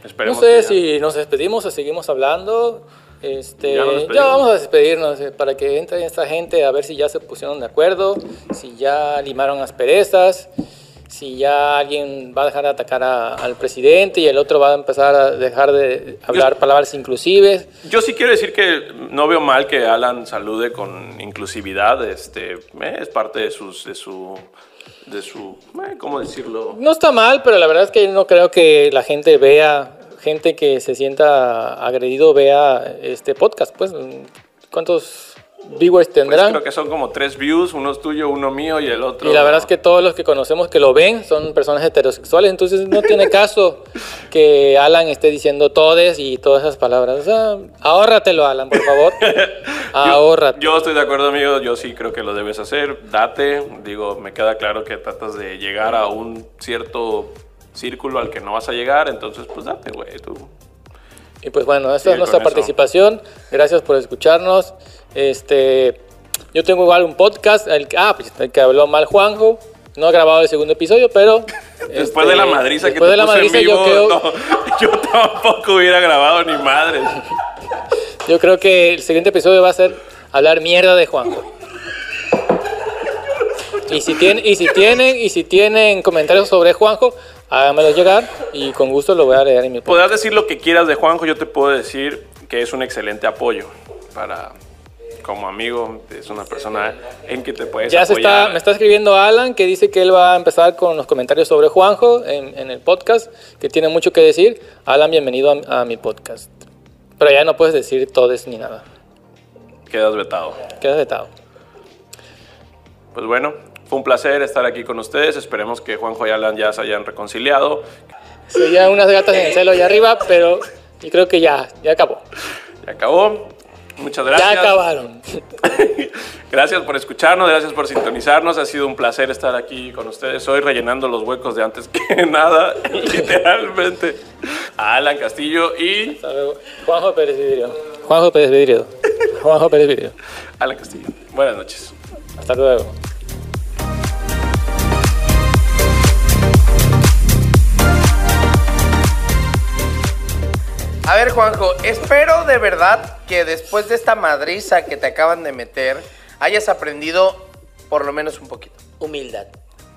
S3: No
S6: Esperemos
S3: sé
S6: que ya-
S3: si nos despedimos o seguimos hablando. Este,
S6: Ya nos
S3: ya,
S6: despedimos.
S3: vamos a despedirnos eh, para que entre esta gente a ver si ya se pusieron de acuerdo, si ya limaron asperezas, si ya alguien va a dejar de atacar a- al presidente y el otro va a empezar a dejar de hablar palabras inclusives.
S6: Yo sí quiero decir que no veo mal que Alan salude con inclusividad. Este, eh, es parte de sus, de su, de su, eh, ¿cómo decirlo?
S3: No está mal, pero la verdad es que no creo que la gente vea, gente que se sienta agredido vea este podcast. Pues, ¿cuántos viewers
S6: Pues
S3: tendrán?
S6: creo que son como tres views, uno es tuyo, uno mío y el otro.
S3: Y la verdad es que todos los que conocemos que lo ven son personas heterosexuales, entonces no tiene caso que Alan esté diciendo todes y todas esas palabras. O sea, ahórratelo, Alan, por favor. Ahórrate.
S6: Yo estoy de acuerdo, amigo. Yo sí creo que lo debes hacer. Date. Digo, me queda claro que tratas de llegar a un cierto círculo al que no vas a llegar. Entonces, pues date, güey. Tú
S3: Y pues bueno, esta
S6: Sigue
S3: es nuestra
S6: con eso.
S3: participación. Gracias por escucharnos. Este, yo tengo igual un podcast, el, ah, pues, el que habló mal Juanjo. No he grabado el segundo episodio, pero.
S6: Después
S3: este,
S6: de la madriza que te
S3: después de la
S6: puse en
S3: madriza,
S6: vivo,
S3: yo creo,
S6: no, yo tampoco hubiera grabado ni madre.
S3: yo creo que el siguiente episodio va a ser hablar mierda de Juanjo. Y si tienen, y si tienen, y si tienen comentarios sobre Juanjo, háganmelo llegar y con gusto lo voy a leer en mi podcast.
S6: Podrás decir lo que quieras de Juanjo, yo te puedo decir que es un excelente apoyo para como amigo, es una persona en que te puedes
S3: Ya se está,
S6: apoyar.
S3: me está escribiendo Alan que dice que él va a empezar con los comentarios sobre Juanjo en, en el podcast, que tiene mucho que decir. Alan, bienvenido a, a mi podcast. Pero ya no puedes decir todes ni nada.
S6: Quedas vetado.
S3: Quedas vetado.
S6: Pues bueno, fue un placer estar aquí con ustedes. Esperemos que Juanjo y Alan ya se hayan reconciliado.
S3: Se ya unas gatas en el celo allá arriba, pero yo creo que ya, ya acabó.
S6: Ya acabó. Muchas gracias.
S3: Ya acabaron.
S6: Gracias por escucharnos, gracias por sintonizarnos. Ha sido un placer estar aquí con ustedes hoy, rellenando los huecos de antes que nada, literalmente. A Alan Castillo y.
S3: Hasta luego. Juanjo Pérez Vidrio. Juanjo Pérez Vidrio. Juanjo Pérez Vidrio.
S6: Alan Castillo. Buenas noches.
S3: Hasta luego.
S4: A ver, Juanjo, espero de verdad que después de esta madriza que te acaban de meter, hayas aprendido por lo menos un poquito.
S5: Humildad.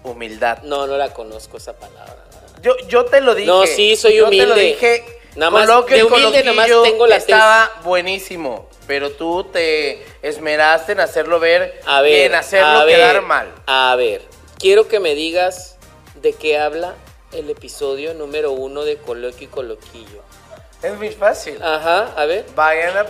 S4: Humildad.
S5: No, no la conozco esa palabra.
S4: Yo, yo te lo dije.
S5: No, sí, soy
S4: Yo te
S5: humilde.
S4: lo dije.
S5: Nada más,
S4: Coloquio
S5: de
S4: y
S5: humilde nada más
S4: coloquillo
S5: tengo la
S4: Estaba buenísimo, pero tú te esmeraste en hacerlo ver
S5: A ver.
S4: y en hacerlo
S5: a ver,
S4: quedar mal.
S5: A ver. Quiero que me digas de qué habla el episodio número uno de Coloquio y Coloquillo.
S4: Es muy fácil.
S5: Ajá, a ver.
S4: Vayan a
S5: Ah.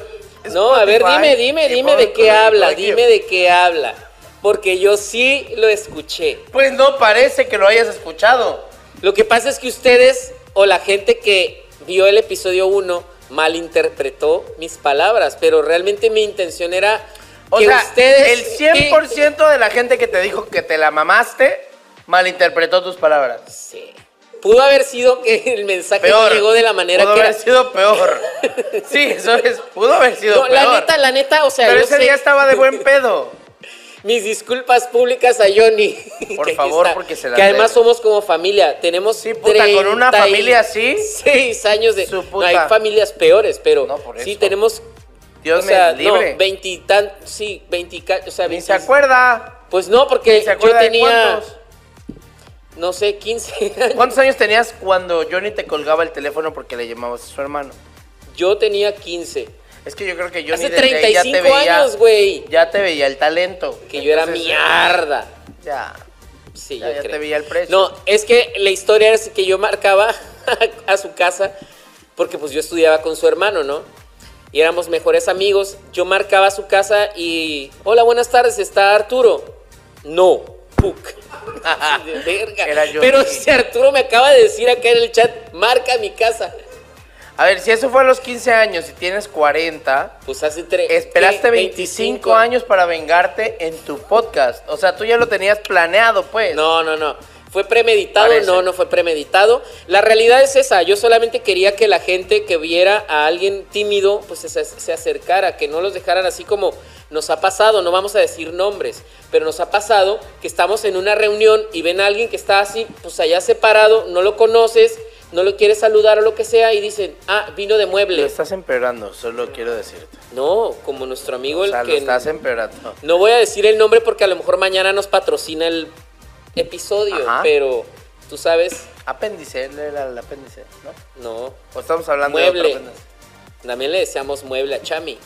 S5: No, a ver,
S4: Spotify
S5: dime, dime,
S4: y
S5: dime
S4: pon
S5: de qué
S4: Coloquio y
S5: habla,
S4: Coloquillo.
S5: dime de qué habla. Porque yo sí lo escuché.
S4: Pues no parece que lo hayas escuchado.
S5: Lo que pasa es que ustedes o la gente que vio el episodio 1 malinterpretó mis palabras, pero realmente mi intención era
S4: O
S5: que
S4: sea,
S5: ustedes...
S4: el 100% de la gente que te dijo que te la mamaste malinterpretó tus palabras.
S5: Sí. Pudo haber sido que el mensaje
S4: Peor.
S5: no llegó de la manera
S4: pudo
S5: que
S4: haber
S5: era.
S4: sido peor. Sí, eso es. Pudo haber sido
S5: No,
S4: peor.
S5: la neta, la neta, o sea,
S4: Pero
S5: yo
S4: ese
S5: sé-
S4: día estaba de buen pedo.
S5: mis disculpas públicas a Johnny.
S4: Por
S5: que aquí
S4: favor, porque se las
S5: Que además
S4: debe.
S5: somos como familia, tenemos
S4: Sí, puta, con una
S5: 36
S4: familia así.
S5: Seis años de...
S4: Su
S5: no,
S4: puta.
S5: hay familias peores, pero
S4: No, por
S5: sí
S4: eso.
S5: tenemos
S4: Dios
S5: o sea,
S4: me libre.
S5: no, veintitan, sí, veintican, o sea,
S4: Ni se
S5: 25.
S4: acuerda.
S5: Pues no,
S4: Ni
S5: porque
S4: se
S5: yo
S4: acuerda de
S5: tenía,
S4: cuántos.
S5: no sé, 15 años.
S4: ¿Cuántos años tenías cuando Johnny te colgaba el teléfono porque le llamabas a su hermano?
S5: Yo tenía 15.
S4: Es que yo creo que Johnny
S5: Hace
S4: desde ahí ya te
S5: 35
S4: veía,
S5: años, güey.
S4: Ya te veía el talento.
S5: Que yo era
S4: Entonces,
S5: mierda.
S4: Ya.
S5: Sí,
S4: Ya-
S5: yo
S4: ya te
S5: creo.
S4: veía el precio.
S5: No, es que la historia es que yo marcaba a su casa porque pues yo estudiaba con su hermano, ¿no? Y éramos mejores amigos. Yo marcaba a su casa y, hola, buenas tardes, ¿está Arturo? No, puc. De verga.
S4: Era yo.
S5: Pero si Arturo me acaba de decir acá en el chat, marca mi casa.
S4: A ver, si eso fue a los 15 años y tienes 40,
S5: Pues hace tres.
S4: Esperaste
S5: ¿qué?
S4: 25 años para vengarte en tu podcast. O sea, tú ya lo tenías planeado, pues.
S5: No, no, no. ¿Fue premeditado?
S4: Parece.
S5: No, no fue premeditado. La realidad es esa. Yo solamente quería que la gente que viera a alguien tímido, pues se, se acercara, que no los dejaran así como nos ha pasado. No vamos a decir nombres, pero nos ha pasado que estamos en una reunión y ven a alguien que está así, pues allá separado, no lo conoces, no lo quieres saludar o lo que sea y dicen, ah, vino de
S4: Lo
S5: muebles.
S4: estás empeorando, solo quiero decirte.
S5: No, como nuestro amigo
S4: O
S5: el
S4: sea, lo
S5: que...
S4: estás empeorando.
S5: No voy a decir el nombre porque a lo mejor mañana nos patrocina el episodio,
S4: Ajá.
S5: pero tú sabes,
S4: Apéndice, él era el apéndice, ¿no?
S5: no.
S4: O estamos hablando de
S5: Mueble.
S4: otro
S5: También le deseamos mueble a Chami.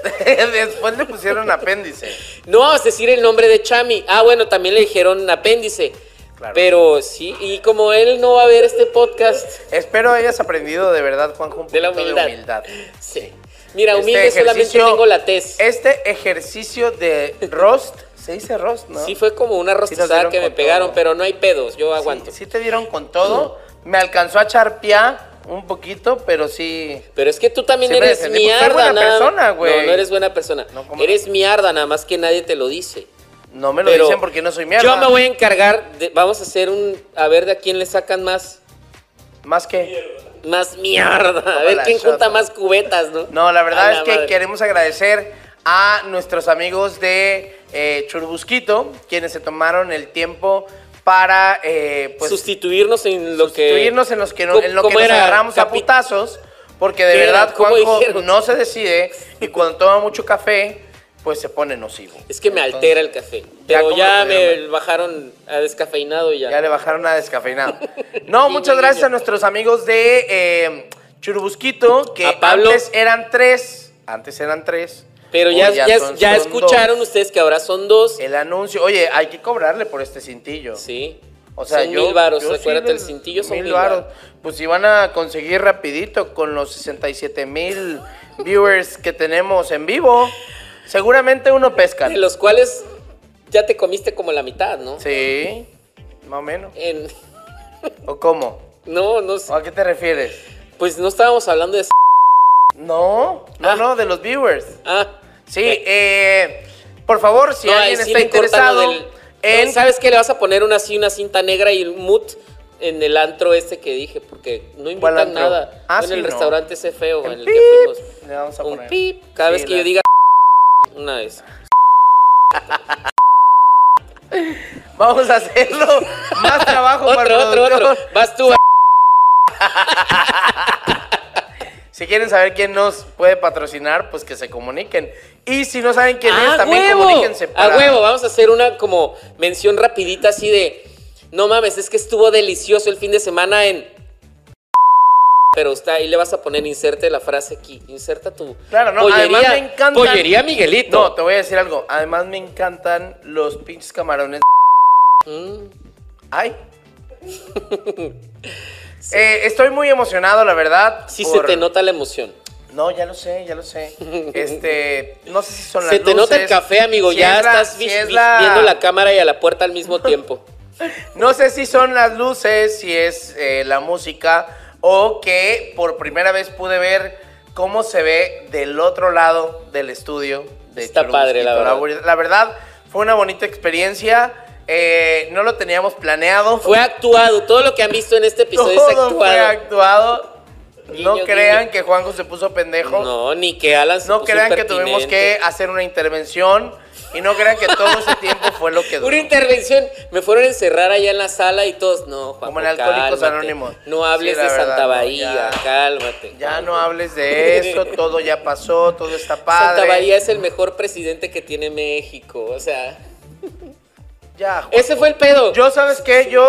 S4: apéndice. Después le pusieron apéndice.
S5: No vamos a decir el nombre de Chami. Ah, bueno, también le dijeron apéndice.
S4: Claro.
S5: Pero sí, y como él no va a ver este podcast,
S4: Espero hayas aprendido de verdad, Juanjo, un
S5: De la
S4: poquito
S5: humildad.
S4: de humildad.
S5: sí. Mira,
S4: Este
S5: humilde solamente
S4: ejercicio-
S5: tengo la tez.
S4: Este ejercicio de roast, se dice roast, ¿no?
S5: Sí fue como una rostizada
S4: dieron
S5: que me
S4: con
S5: pegaron,
S4: todo.
S5: pero no hay pedos, yo aguanto.
S4: Sí, sí te dieron con todo. Me alcanzó a charpear un poquito, pero sí.
S5: Pero es que tú también
S4: Siempre
S5: eres
S4: defendí, pues, soy
S5: mierda,
S4: buena
S5: nada-
S4: persona, güey.
S5: No, no eres buena persona.
S4: No, ¿cómo
S5: eres mierda, nada más que nadie te lo dice.
S4: No me lo
S5: Pero
S4: dicen porque no soy mierda.
S5: Yo me voy a encargar, de- vamos a hacer un, a ver de a quién le sacan más,
S4: Más que.
S5: más mierda, a ver
S4: la
S5: quién
S4: shot,
S5: junta
S4: ¿no?
S5: más cubetas, ¿no?
S4: No, la verdad
S5: A
S4: es que
S5: madre.
S4: queremos agradecer a nuestros amigos de eh, Churbusquito, quienes se tomaron el tiempo para eh, pues,
S5: sustituirnos en lo que.
S4: sustituirnos en los que, no-
S5: ¿Cómo-
S4: en lo que
S5: cómo
S4: nos
S5: era?
S4: agarramos a
S5: Capi-
S4: putazos, porque de
S5: ¿Qué era?
S4: verdad
S5: ¿Cómo
S4: Juanjo
S5: dijeron?
S4: no se decide y cuando toma mucho café, pues se pone nocivo.
S5: Es que me
S4: Entonces,
S5: altera el café. Pero
S4: ¿cómo
S5: ya,
S4: lo pudieron
S5: me bajaron a descafeinado y ya.
S4: Ya le bajaron a descafeinado. No,
S5: Sí,
S4: muchas
S5: niño.
S4: gracias a nuestros amigos de eh, Churubusquito, que
S5: A Pablo.
S4: antes eran tres. Antes eran tres.
S5: Pero
S4: Hoy
S5: ya, ya,
S4: son-
S5: ya
S4: son
S5: escucharon
S4: dos.
S5: ustedes que ahora son dos.
S4: El anuncio. Oye, hay que cobrarle por este cintillo.
S5: Sí.
S4: O sea,
S5: son
S4: yo,
S5: mil varos.
S4: yo sí
S5: Acuérdate,
S4: le-
S5: el cintillo son
S4: mil
S5: mil
S4: varos.
S5: varos.
S4: Pues si van a conseguir rapidito con los 67 mil viewers que tenemos en vivo, seguramente uno pesca.
S5: De los cuales ya te comiste como la mitad, ¿no?
S4: Sí, más o menos.
S5: En-
S4: ¿O cómo?
S5: No, no sé.
S4: ¿O a qué te refieres?
S5: Pues no estábamos hablando de... s-
S4: No, no,
S5: Ah.
S4: no, de los viewers.
S5: Ah,
S4: Sí, eh, por favor, si
S5: no,
S4: alguien
S5: ahí sí
S4: está
S5: le cortan lo
S4: interesado
S5: del-
S4: en...
S5: ¿Sabes qué? Le vas a poner una, así, una cinta negra y el mut en el antro este que dije, porque no invitan
S4: antro?
S5: nada.
S4: Ah,
S5: No en
S4: sí,
S5: el
S4: no.
S5: restaurante ese feo
S4: El
S5: en el que
S4: pip.
S5: fuimos.
S4: Le vamos a
S5: Un
S4: poner.
S5: pip. Cada
S4: Sí,
S5: vez que
S4: la-
S5: yo diga una vez.
S4: Vamos a hacerlo. Más trabajo para
S5: Otro,
S4: el
S5: otro,
S4: productor.
S5: otro. Vas tú. a-
S4: Si quieren saber quién nos puede patrocinar, pues que se comuniquen. Y si no saben quién es,
S5: ¡A
S4: también
S5: Ah, huevo!
S4: comuníquense.
S5: A huevo, vamos a hacer una como mención rapidita así de... No mames, es que estuvo delicioso el fin de semana en... Pero está ahí le vas a poner, inserte la frase aquí. Inserta tu
S4: Claro, no, además me encantan-
S5: Pollería Miguelito.
S4: No, te voy a decir algo. Además, me encantan los pinches camarones.
S5: Mm.
S4: Ay. Eh, estoy muy emocionado, la verdad.
S5: Sí
S4: por-
S5: se te nota la emoción.
S4: No, ya lo sé, ya lo sé. Este, no sé si son las
S5: Se te nota el
S4: luces,
S5: café, amigo.
S4: si
S5: ya
S4: es la-
S5: estás
S4: si
S5: vi-
S4: es
S5: vi- viendo la cámara y a la puerta al mismo tiempo.
S4: No sé si son las luces, si es eh, la música o que por primera vez pude ver cómo se ve del otro lado del estudio. De
S5: Está
S4: Churubusquito.
S5: padre, la verdad.
S4: ver- La verdad, fue una bonita experiencia. Eh, no lo teníamos planeado.
S5: Fue actuado. Todo lo que han visto en este episodio es
S4: Todo
S5: actuado.
S4: fue actuado.
S5: Guiño,
S4: no crean
S5: guiño.
S4: que Juanjo se puso pendejo.
S5: No, ni que Alan se
S4: No
S5: puso
S4: crean que tuvimos que
S5: impertinente.
S4: hacer una intervención y no crean que todo ese tiempo fue lo que duró.
S5: Una intervención. Me fueron a encerrar allá en la sala y todos, no, Juan. pues,
S4: Como en Alcohólicos Anónimos.
S5: No hables
S4: Sí, la
S5: de
S4: verdad,
S5: Santa
S4: no,
S5: Bahía,
S4: ya.
S5: cálmate.
S4: Ya no hables de eso, todo ya pasó, todo está padre.
S5: Santa Bahía es el mejor presidente que tiene México. O sea,
S4: Ya, Juan.
S5: ese fue el pedo.
S4: Yo, ¿sabes qué? Yo...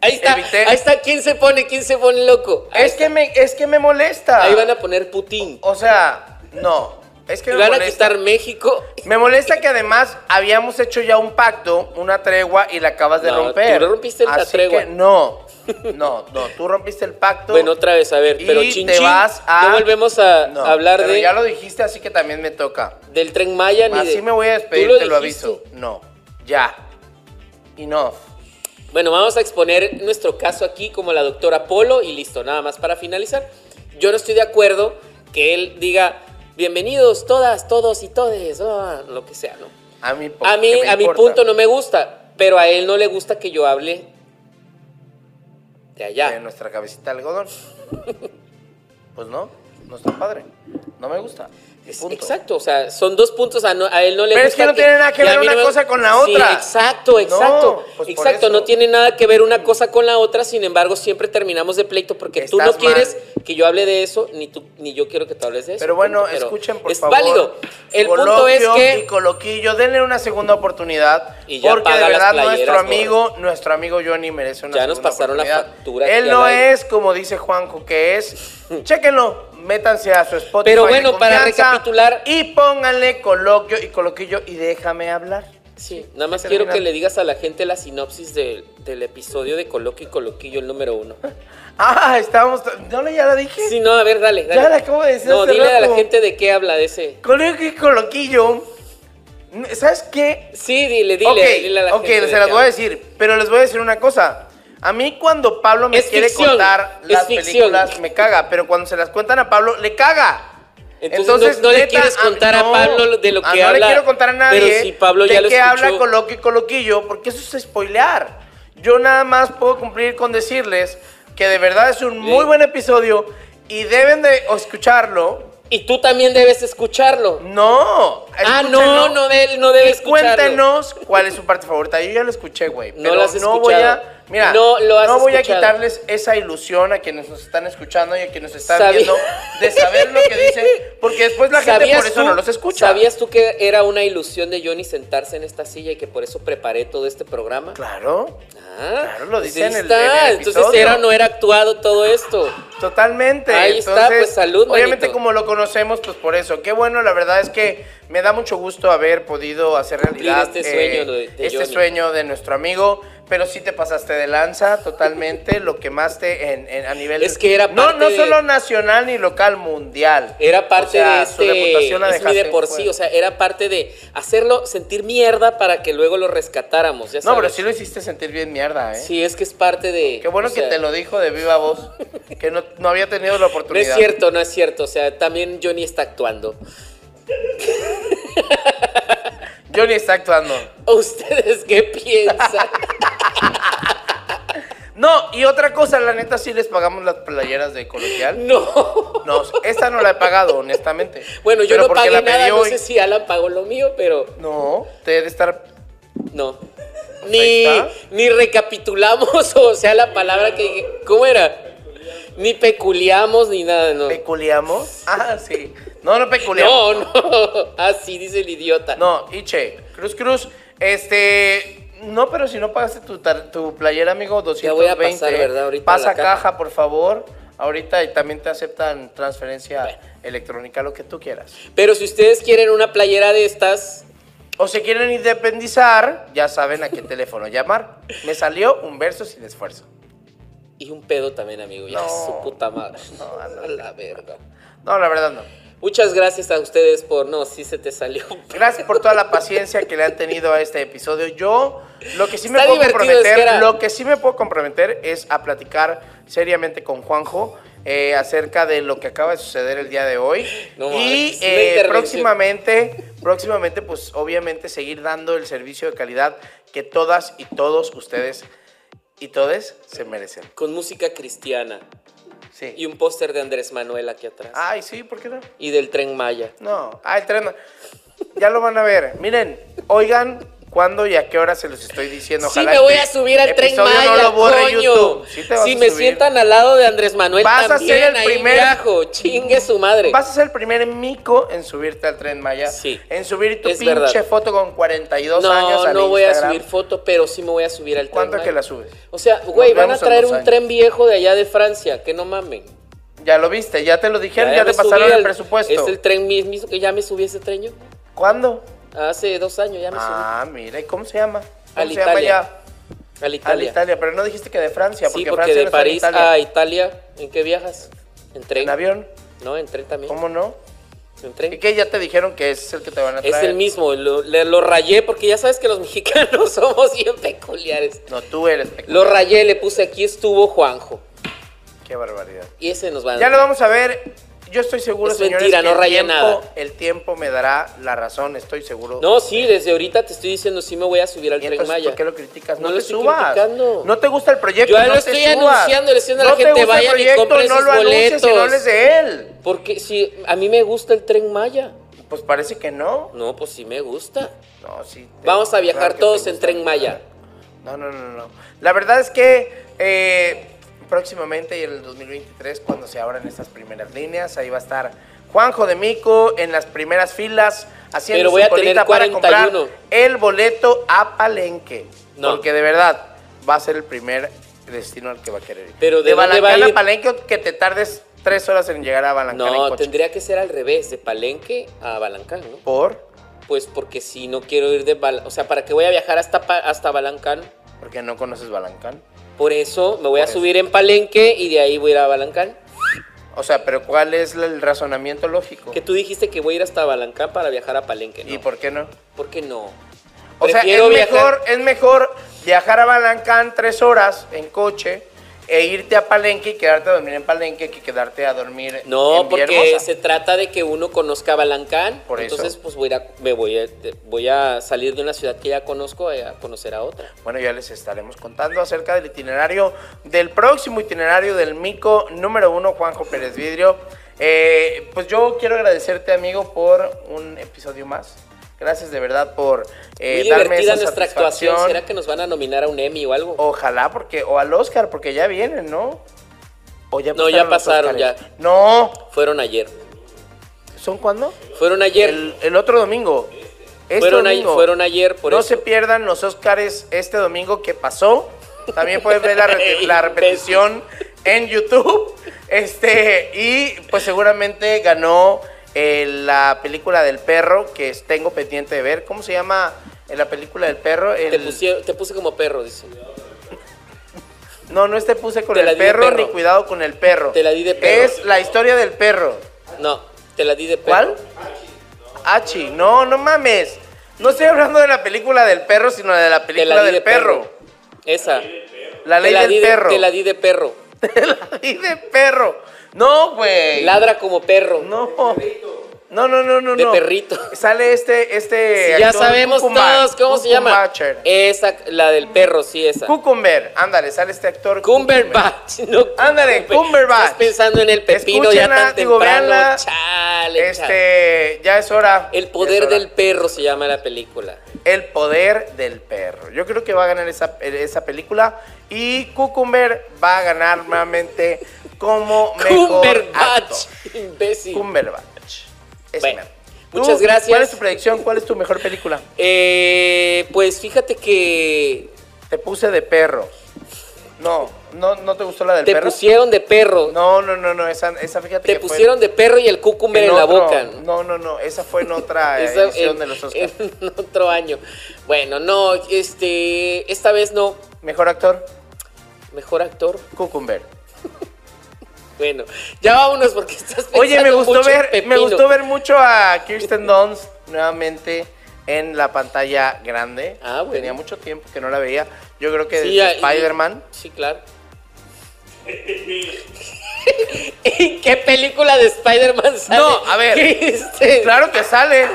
S5: ahí está,
S4: evité-
S5: ahí está. ¿Quién se pone? ¿Quién se pone loco? Ahí
S4: Es
S5: está.
S4: que, me, es que me molesta.
S5: Ahí van a poner Putin.
S4: O sea, no. Es que
S5: Y
S4: me
S5: van a
S4: molesta.
S5: quitar México.
S4: Me molesta que además habíamos hecho ya un pacto, una tregua, y la acabas de
S5: No,
S4: romper.
S5: tú rompiste la
S4: Así
S5: tregua.
S4: que no, no, no, tú rompiste el pacto.
S5: Bueno, otra vez, a ver,
S4: Y
S5: pero chin,
S4: te
S5: chin,
S4: vas a...
S5: no volvemos a
S4: No,
S5: hablar
S4: pero
S5: de,
S4: ya lo dijiste, así que también me toca.
S5: del tren Maya ni
S4: Así
S5: de-
S4: me voy a despedir,
S5: Tú
S4: te lo
S5: dijiste.
S4: aviso. No, ya. Enough.
S5: Bueno, vamos a exponer nuestro caso aquí como la doctora Polo y listo, nada más para finalizar. Yo no estoy de acuerdo que él diga, bienvenidos todas, todos y todes, ah, lo que sea, ¿no?
S4: A mi, po-
S5: A mí,
S4: que me
S5: a mi
S4: importa.
S5: punto no me gusta, pero a él no le gusta que yo hable de
S4: De
S5: allá.
S4: nuestra cabecita de algodón. pues no, no está padre. No me gusta. Y
S5: Es-
S4: punto.
S5: Exacto, o sea, son dos puntos, a, no- a él no le
S4: Pero es
S5: gusta.
S4: que no tiene nada que
S5: y a
S4: ver
S5: mí
S4: una
S5: me-
S4: cosa con la
S5: Sí,
S4: otra.
S5: exacto, exacto.
S4: No, pues por
S5: exacto, no
S4: eso.
S5: tiene nada que ver una cosa con la otra, sin embargo, siempre terminamos de pleito porque tú no
S4: Estás mal.
S5: quieres que yo hable de eso, ni tú ni yo quiero que tú hables de eso.
S4: Pero bueno,
S5: punto,
S4: escuchen por
S5: es
S4: favor.
S5: válido. El punto es
S4: Coloquio
S5: que
S4: y coloquillo, denle una segunda oportunidad.
S5: Y ya
S4: porque de
S5: paga las
S4: verdad
S5: playeras,
S4: nuestro
S5: gordo.
S4: amigo, nuestro amigo Johnny merece una
S5: Ya nos
S4: segunda
S5: pasaron la
S4: oportunidad.
S5: factura aquí
S4: Él no
S5: al aire.
S4: es como dice Juanjo que es. Chéquenlo, métanse a su Spotify.
S5: Pero
S4: de
S5: bueno, para
S4: confianza
S5: recapitular-
S4: Y pónganle coloquio y coloquillo y déjame hablar.
S5: Sí, nada más
S4: que
S5: quiero
S4: terminar.
S5: que le digas a la gente la sinopsis del, del episodio de Coloquio y Coloquillo, el número uno.
S4: Ah, estábamos. No, le- ya la dije.
S5: Sí, no, a ver, dale, dale.
S4: Ya la acabo de decir
S5: No,
S4: hace
S5: dile a la
S4: rato.
S5: gente de qué habla de ese.
S4: Coloquio y coloquillo. ¿Sabes qué?
S5: Sí, dile, dile,
S4: ok,
S5: dile a la
S4: ok,
S5: gente.
S4: se
S5: de
S4: las
S5: qué
S4: voy a
S5: habla.
S4: decir, pero les voy a decir una cosa. A mí cuando Pablo me
S5: Es
S4: quiere
S5: ficción,
S4: contar
S5: es
S4: las
S5: ficción.
S4: películas me caga, pero cuando se las cuentan a Pablo le caga.
S5: Entonces, no- no le quieres contar a Pablo de lo
S4: ah,
S5: que
S4: No
S5: habla,
S4: le quiero contar a nadie.
S5: pero si Pablo
S4: de
S5: ya lo
S4: qué
S5: escuchó.
S4: habla Coloquio y Coloquillo, porque eso es spoilear. Yo nada más puedo cumplir con decirles que de verdad es un muy buen episodio y deben de escucharlo
S5: Y tú también debes escucharlo.
S4: No.
S5: Ah,
S4: escúchenlo.
S5: no, no, de, no debes
S4: Y
S5: escucharlo.
S4: Cuéntenos cuál es su parte favorita. Yo ya lo escuché, güey.
S5: No
S4: pero
S5: lo has
S4: No voy
S5: escuchado.
S4: a. Mira,
S5: No lo has
S4: no voy
S5: escuchado.
S4: a quitarles esa ilusión a quienes nos están escuchando y a quienes nos están
S5: Sabí-
S4: viendo de saber lo que dicen, porque después la gente por eso
S5: tú-
S4: no los escucha.
S5: ¿Sabías tú que era una ilusión de Johnny sentarse en esta silla y que por eso preparé todo este programa?
S4: Claro,
S5: Ah,
S4: Claro, lo
S5: pues
S4: dice
S5: ahí
S4: en el- en
S5: está.
S4: el
S5: Entonces
S4: episodio.
S5: era o no era actuado todo esto.
S4: totalmente.
S5: Ahí está,
S4: Entonces,
S5: pues, salud,
S4: Obviamente
S5: manito.
S4: como lo conocemos, pues por eso. Qué bueno, la verdad es que me da mucho gusto haber podido hacer
S5: Cumplir
S4: realidad
S5: este sueño de- de
S4: este
S5: Johnny.
S4: sueño de nuestro amigo. Pero sí te pasaste de lanza totalmente, lo quemaste en, en- a nivel...
S5: Es que era
S4: no,
S5: parte
S4: no
S5: de-
S4: solo nacional ni local, mundial.
S5: Era parte
S4: O sea,
S5: de
S4: su
S5: este.
S4: reputación la
S5: es mi de
S4: dejaste
S5: por
S4: fuera.
S5: sí, o sea, era parte de hacerlo sentir mierda para que luego lo rescatáramos. ya
S4: No, pero
S5: sabes.
S4: sí lo hiciste sentir bien mierda, ¿eh?
S5: Sí, es que es parte de.
S4: Qué bueno
S5: o
S4: que
S5: sea,
S4: te lo dijo de viva voz, que no, no había tenido la
S5: No
S4: oportunidad.
S5: es cierto, no es cierto. O sea, también Johnny está actuando.
S4: Johnny está actuando.
S5: ¿Ustedes qué piensan?
S4: No, y otra cosa, la neta sí les pagamos las playeras de coloquial.
S5: no.
S4: No, esta no la he pagado, honestamente.
S5: Bueno, yo
S4: Pero
S5: no
S4: porque
S5: pagué
S4: la
S5: nada,
S4: pedí
S5: no
S4: hoy.
S5: sé si Alan pagó lo mío, pero
S4: No, te debe estar...
S5: no.
S4: Pues ahí
S5: Ni,
S4: está.
S5: ni recapitulamos, o sea, la palabra que dije. ¿Cómo era? Ni peculiamos ni nada, no.
S4: ¿Peculiamos? Ah, sí. No, no peculiamos.
S5: No, no. Así dice el idiota.
S4: No, Iche, Cruz Cruz, este... No, pero si no pagaste tu, tar- tu playera, amigo, 220.
S5: Ya voy a pasar, ¿verdad? Ahorita
S4: Pasa
S5: la caja.
S4: caja. por favor. Ahorita y también te aceptan transferencia electrónica, lo que tú quieras.
S5: Pero si ustedes quieren una playera de estas,
S4: O si quieren independizar, ya saben a qué teléfono llamar. Me salió un verso sin esfuerzo.
S5: y un pedo también, amigo. Ya,
S4: No.
S5: su puta madre.
S4: No, no, no.
S5: a la verga.
S4: No, la verdad no.
S5: Muchas gracias a ustedes por. No, sí se te salió.
S4: Gracias por toda la paciencia que le han tenido a este episodio. Yo lo que sí me
S5: Está
S4: puedo
S5: divertido,
S4: comprometer,
S5: espera.
S4: lo que sí me puedo comprometer es a platicar seriamente con Juanjo eh, acerca de lo que acaba de suceder el día de hoy
S5: No
S4: y
S5: mames, una
S4: eh,
S5: intervención.
S4: próximamente, próximamente pues obviamente seguir dando el servicio de calidad que todas y todos ustedes y todes se merecen.
S5: Con música cristiana.
S4: Sí.
S5: Y un póster de Andrés Manuel aquí atrás.
S4: Ay, sí, ¿por qué no?
S5: Y del tren Maya.
S4: No, ah, el tren. no. Ya lo van a ver. Miren, oigan cuándo y a qué hora se los estoy diciendo.
S5: Sí,
S4: Ojalá
S5: me voy
S4: este
S5: a subir al tren
S4: episodio
S5: Maya,
S4: no lo borre
S5: coño.
S4: YouTube. Sí te vas
S5: si
S4: a
S5: me
S4: subir.
S5: sientan al lado de Andrés Manuel
S4: Vas a
S5: también,
S4: ser el
S5: ahí
S4: primer-
S5: viajo. Chingue su madre.
S4: Vas a ser el primer mico en subirte al tren Maya.
S5: Sí.
S4: En subir tu
S5: Es
S4: pinche
S5: verdad.
S4: foto con 42 años
S5: no,
S4: al
S5: no voy a
S4: Instagram.
S5: subir foto, pero sí me voy a subir al tren
S4: ¿Cuánto
S5: Maya.
S4: que la subes?
S5: O sea, güey,
S4: Nos
S5: van a
S4: vemos en
S5: traer
S4: dos
S5: un
S4: años.
S5: tren viejo de allá de Francia, que no mamen.
S4: Ya lo viste, ya te lo dijeron, ya,
S5: me
S4: te pasaron
S5: subí
S4: el
S5: al-
S4: presupuesto.
S5: Es el tren mismo que ya me subí ese tren yo.
S4: ¿Cuándo?
S5: Hace dos años ya me
S4: Ah, mira, ¿y cómo se llama? ¿Cómo
S5: Al
S4: se llama
S5: Italia.
S4: ya?
S5: subí. Al
S4: Al
S5: Italia.
S4: Italia, pero no dijiste que de Francia,
S5: sí,
S4: porque,
S5: porque
S4: Francia no
S5: de
S4: está en
S5: París
S4: Italia.
S5: a Italia, ¿en qué viajas? En tren.
S4: ¿En avión?
S5: No, en tren también.
S4: ¿Cómo no?
S5: En tren.
S4: ¿Y qué ya te dijeron que ese es el que te van a traer?
S5: Es el mismo, lo, le- lo rayé porque ya sabes que los mexicanos somos bien peculiares.
S4: No, tú eres
S5: Lo
S4: peculiar.
S5: rayé, le puse aquí estuvo Juanjo.
S4: Qué barbaridad.
S5: Y ese nos va a
S4: Ya lo vamos a ver. Yo estoy seguro,
S5: Es
S4: señores,
S5: mentira,
S4: que
S5: no
S4: el,
S5: rayé
S4: tiempo,
S5: nada.
S4: el tiempo me dará la razón, estoy seguro.
S5: No, sí, desde ahorita te estoy diciendo, sí me voy a subir al
S4: Y
S5: tren
S4: entonces,
S5: Maya.
S4: ¿por qué lo criticas? No,
S5: No lo
S4: te
S5: estoy
S4: subas.
S5: criticando.
S4: No te gusta el proyecto,
S5: Yo ya
S4: no
S5: lo
S4: te
S5: estoy
S4: subas.
S5: anunciando, le estoy diciendo a la
S4: No te
S5: gente,
S4: gusta el
S5: vayan y
S4: proyecto,
S5: compren
S4: no
S5: sus
S4: lo anuncies y no
S5: boletos.
S4: hables de él.
S5: Porque si a mí me gusta el tren Maya.
S4: Pues parece que no.
S5: No, pues sí me gusta.
S4: No, sí. te-
S5: Vamos a viajar
S4: claro que te
S5: todos en
S4: gusta.
S5: Tren Maya.
S4: No, no, no, no. La verdad es que eh, próximamente y en el 2023, cuando se abran estas primeras líneas, ahí va a estar Juanjo de Mico en las primeras filas haciendo
S5: Pero voy
S4: su
S5: a tener
S4: colita para
S5: 41.
S4: comprar el boleto a Palenque.
S5: No.
S4: Porque de verdad va a ser el primer destino al que va a querer ir.
S5: Pero ¿de dónde va a
S4: Balancán
S5: ir?
S4: Palenque que te tardes tres horas en llegar a Balancán en
S5: No,
S4: coche.
S5: tendría que ser al revés, de Palenque a Balancán, ¿no?
S4: ¿Por?
S5: Pues porque si no quiero ir de Bal... O sea, ¿para qué voy a viajar hasta, Pa- hasta Balancán?
S4: Porque no conoces Balancán.
S5: Por eso me voy a
S4: Por eso.
S5: subir en Palenque y de ahí voy a ir a Balancán.
S4: O sea, pero ¿cuál es el razonamiento lógico?
S5: Que tú dijiste que voy a ir hasta Balancán para viajar a Palenque, ¿no?
S4: ¿Y por qué no?
S5: ¿Por qué no?
S4: O sea, es
S5: Prefiero viajar-
S4: mejor, es mejor viajar a Balancán tres horas en coche e irte a Palenque y quedarte a dormir en Palenque que quedarte a dormir
S5: No,
S4: en
S5: porque
S4: Villahermosa.
S5: se trata de que uno conozca Balancán.
S4: Por eso.
S5: entonces, pues voy a, ir a- me voy, a, te- voy a salir de una ciudad que ya conozco a conocer a otra.
S4: Bueno, ya les estaremos contando acerca del itinerario, del próximo itinerario del mico número uno, Juanjo Pérez Vidrio. Eh, pues yo quiero agradecerte, amigo, por un episodio más. Gracias de verdad por eh,
S5: Muy
S4: darme
S5: divertida
S4: esa
S5: nuestra actuación.
S4: satisfacción.
S5: ¿Será que nos van a nominar a un Emmy o algo?
S4: Ojalá, porque o al Oscar, porque ya vienen, ¿no? O ya
S5: No, ya
S4: pasaron
S5: pasaron,
S4: los Oscars. No,
S5: Fueron ayer.
S4: ¿son cuándo?
S5: Fueron ayer.
S4: El, el otro domingo. Este
S5: fueron, a-
S4: domingo.
S5: fueron ayer, por
S4: no
S5: eso.
S4: se pierdan los Oscars este domingo que pasó. También pueden ver la, re- la repetición en YouTube. Este, y pues seguramente ganó eh, la película del perro que tengo pendiente de ver. ¿Cómo se llama eh, la película del perro?
S5: Te,
S4: El-
S5: pusieron- te puse como perro, dice.
S4: no, no es te puse con
S5: Te la
S4: el
S5: di de
S4: perro,
S5: perro.
S4: ni cuidado con el perro.
S5: Te la di de perro.
S4: Es la historia del perro.
S5: No, te la di de perro.
S4: ¿Cuál? Hachi. No, no mames. No estoy hablando de la película del perro, sino de la
S5: Te
S4: película
S5: la di
S4: del
S5: de
S4: perro.
S5: perro. Esa.
S4: La ley
S5: te la
S4: del
S5: di de-
S4: perro.
S5: Te la di de perro.
S4: Ay, de perro. No, güey.
S5: Ladra como perro.
S4: No. No, no, no, no.
S5: De
S4: no.
S5: perrito.
S4: Sale este, este.
S5: Si ya
S4: actor,
S5: sabemos
S4: Cucumber,
S5: todos cómo se llama.
S4: Cucumbacher.
S5: Esa, la del perro, sí, esa.
S4: Cucumber. Ándale, sale este actor.
S5: Cumberbatch, no
S4: Ándale,
S5: Cumber-
S4: Cumberbatch.
S5: Estás pensando en el pepino ya
S4: Escúchenla,
S5: tan
S4: digo,
S5: temprano.
S4: véanla.
S5: chale, chale.
S4: Este, ya es hora.
S5: El
S4: Ya es
S5: poder
S4: hora.
S5: del perro se llama la película.
S4: El poder del perro. Yo creo que va a ganar esa, esa película. Y Cucumber va a ganar nuevamente como mejor actor.
S5: Cumberbatch, imbécil.
S4: Cumberbatch. Ese
S5: Bueno,
S4: mero.
S5: muchas
S4: ¿Tú,
S5: gracias.
S4: ¿Cuál es tu predicción? ¿Cuál es tu mejor película?
S5: Eh, pues fíjate que
S4: Te puse de perro. No, no, no te gustó la del
S5: te
S4: perro.
S5: pusieron de perro.
S4: No, no, no, no. Esa, esa fíjate
S5: te
S4: que Eh, fue
S5: pusieron de perro y el
S4: en
S5: cúcumber en la
S4: otro-
S5: boca.
S4: No, no, no. Esa fue en otra
S5: Esa
S4: edición
S5: en-
S4: de los Oscars.
S5: en otro año. Bueno, no, este, esta vez no.
S4: Mejor actor,
S5: Mejor actor.
S4: Cucumber.
S5: Bueno, ya vámonos porque estás pensando
S4: Oye, me gustó
S5: mucho en
S4: ver, me
S5: Pepino.
S4: gustó ver mucho a Kirsten Dunst nuevamente en la pantalla grande.
S5: Ah, bueno.
S4: Tenía mucho tiempo que no la veía. Yo creo que
S5: Sí,
S4: desde
S5: ah,
S4: eh,
S5: y-
S4: Spider-Man.
S5: Sí, claro. ¿En qué película de Spider-Man sale?
S4: No, a ver.
S5: Kristen?
S4: Claro que sale.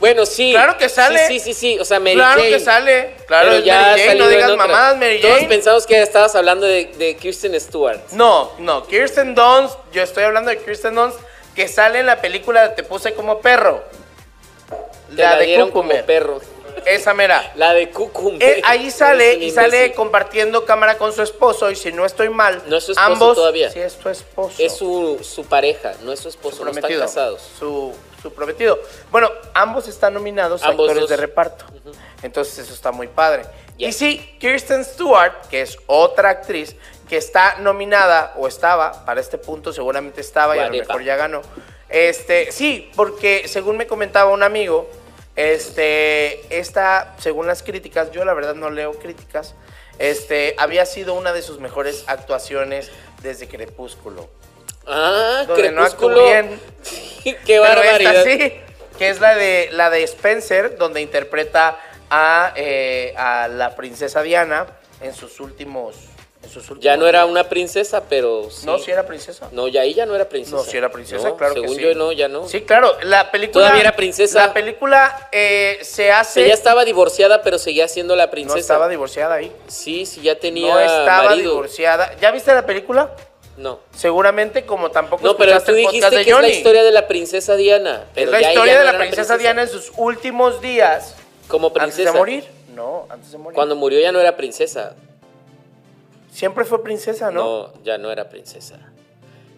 S5: Bueno, sí.
S4: Claro que sale.
S5: Sí, sí, sí, sí, O sea, Mary
S4: claro
S5: Jane.
S4: que sale. Claro,
S5: Pero
S4: es
S5: ya
S4: Mary
S5: ha
S4: Jane, no
S5: salido en
S4: digas
S5: otras.
S4: mamadas, Mary
S5: Todos
S4: Jane.
S5: pensamos que estabas hablando de, de Kristen Stewart.
S4: No, no, Kirsten Dunst, yo estoy hablando de Kirsten Dunst que sale en la película de Te puse como perro.
S5: Te la, dieron como
S4: Cucumber.
S5: perro.
S4: Esa mera.
S5: La de Cucumber.
S4: Eh, ahí sale
S5: Es un
S4: y sale
S5: imbécil.
S4: compartiendo cámara con su esposo y si no estoy mal,
S5: No es su esposo
S4: ambos
S5: todavía.
S4: Sí es tu esposo.
S5: Es su, su pareja, no es su esposo. no están casados.
S4: Su, su prometido. Bueno, ambos están nominados a
S5: Ambos
S4: actores
S5: dos.
S4: de reparto. Entonces eso está muy padre.
S5: Yeah.
S4: Y sí, Kirsten Stewart, que es otra actriz que está nominada o estaba, para este punto seguramente estaba y a lo
S5: Whatever.
S4: mejor ya ganó. Este, sí, porque según me comentaba un amigo, este, esta, según las críticas, yo la verdad no leo críticas, este, había sido una de sus mejores actuaciones desde Crepúsculo.
S5: Ah,
S4: Donde no actuó
S5: Crepúsculo.
S4: bien.
S5: Qué
S4: Pero
S5: barbaridad.
S4: esta sí, que es la de, la de Spencer, donde interpreta a, eh, a la princesa Diana en sus últimos. en sus
S5: Ya
S4: últimos
S5: no era
S4: días.
S5: una princesa, pero sí.
S4: No, si era princesa.
S5: No, ya ahí ya no era princesa.
S4: No, si era princesa,
S5: No,
S4: claro
S5: según
S4: que sí.
S5: yo, no, ya no.
S4: Sí, claro, la película.
S5: Todavía era princesa.
S4: La película eh, se hace.
S5: Ella estaba divorciada, pero seguía siendo la
S4: no
S5: princesa.
S4: estaba divorciada ahí.
S5: Sí, sí, ya tenía
S4: No estaba
S5: marido.
S4: divorciada. ¿Ya viste la película?
S5: No.
S4: Seguramente, como tampoco
S5: No, pero
S4: escuchaste
S5: tú
S4: el podcast
S5: dijiste
S4: de
S5: que es la
S4: Johnny.
S5: historia de la princesa Diana. Pero
S4: Es la
S5: ya ella
S4: historia
S5: no
S4: de la
S5: era
S4: princesa Diana en sus últimos días.
S5: Como princesa.
S4: ¿Antes de morir? No, antes de morir.
S5: Cuando murió ya no era princesa.
S4: Siempre fue princesa, ¿no?
S5: No, ya no era princesa.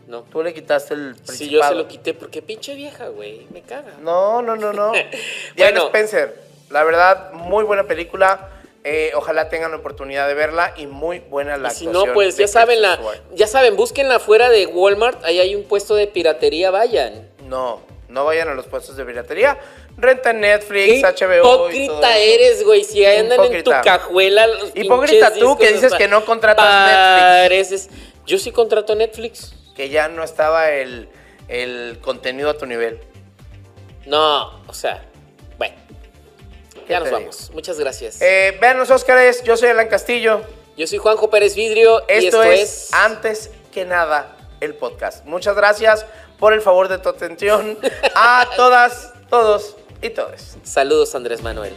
S5: No.
S4: Tú le quitaste el principado.
S5: Sí, yo se lo quité porque pinche vieja, güey. Me caga.
S4: No, no, no, no. Diana
S5: Bueno.
S4: Spencer, la verdad, muy buena película. Eh, ojalá tengan la oportunidad de verla y muy buena la
S5: Y si
S4: actuación.
S5: no, pues
S4: de
S5: ya saben, la,
S4: Kristen Stewart.
S5: ya saben, búsquenla fuera de Walmart, ahí hay un puesto de piratería, vayan.
S4: No, no vayan a los puestos de piratería. Renten Netflix,
S5: Qué
S4: HBO. y todo
S5: hipócrita
S4: eso.
S5: eres, güey, si andan en
S4: Hipócrita.
S5: tu cajuela. los
S4: Hipócrita
S5: pinches
S4: tú,
S5: discos,
S4: que dices
S5: pa-
S4: que no contratas
S5: pareces- Yo sí contrato Netflix.
S4: Que ya no estaba el, el contenido a tu nivel.
S5: No, o sea, bueno,
S4: ¿Qué
S5: ya nos
S4: te
S5: vamos. Muchas gracias.
S4: Eh, vean los Óscares, yo soy Alan Castillo.
S5: Yo soy Juanjo Pérez Vidrio y
S4: Esto,
S5: esto
S4: es,
S5: es...
S4: antes que nada el podcast. Muchas gracias por el favor de tu atención a todas, todos y todes.
S5: Saludos, Andrés Manuel.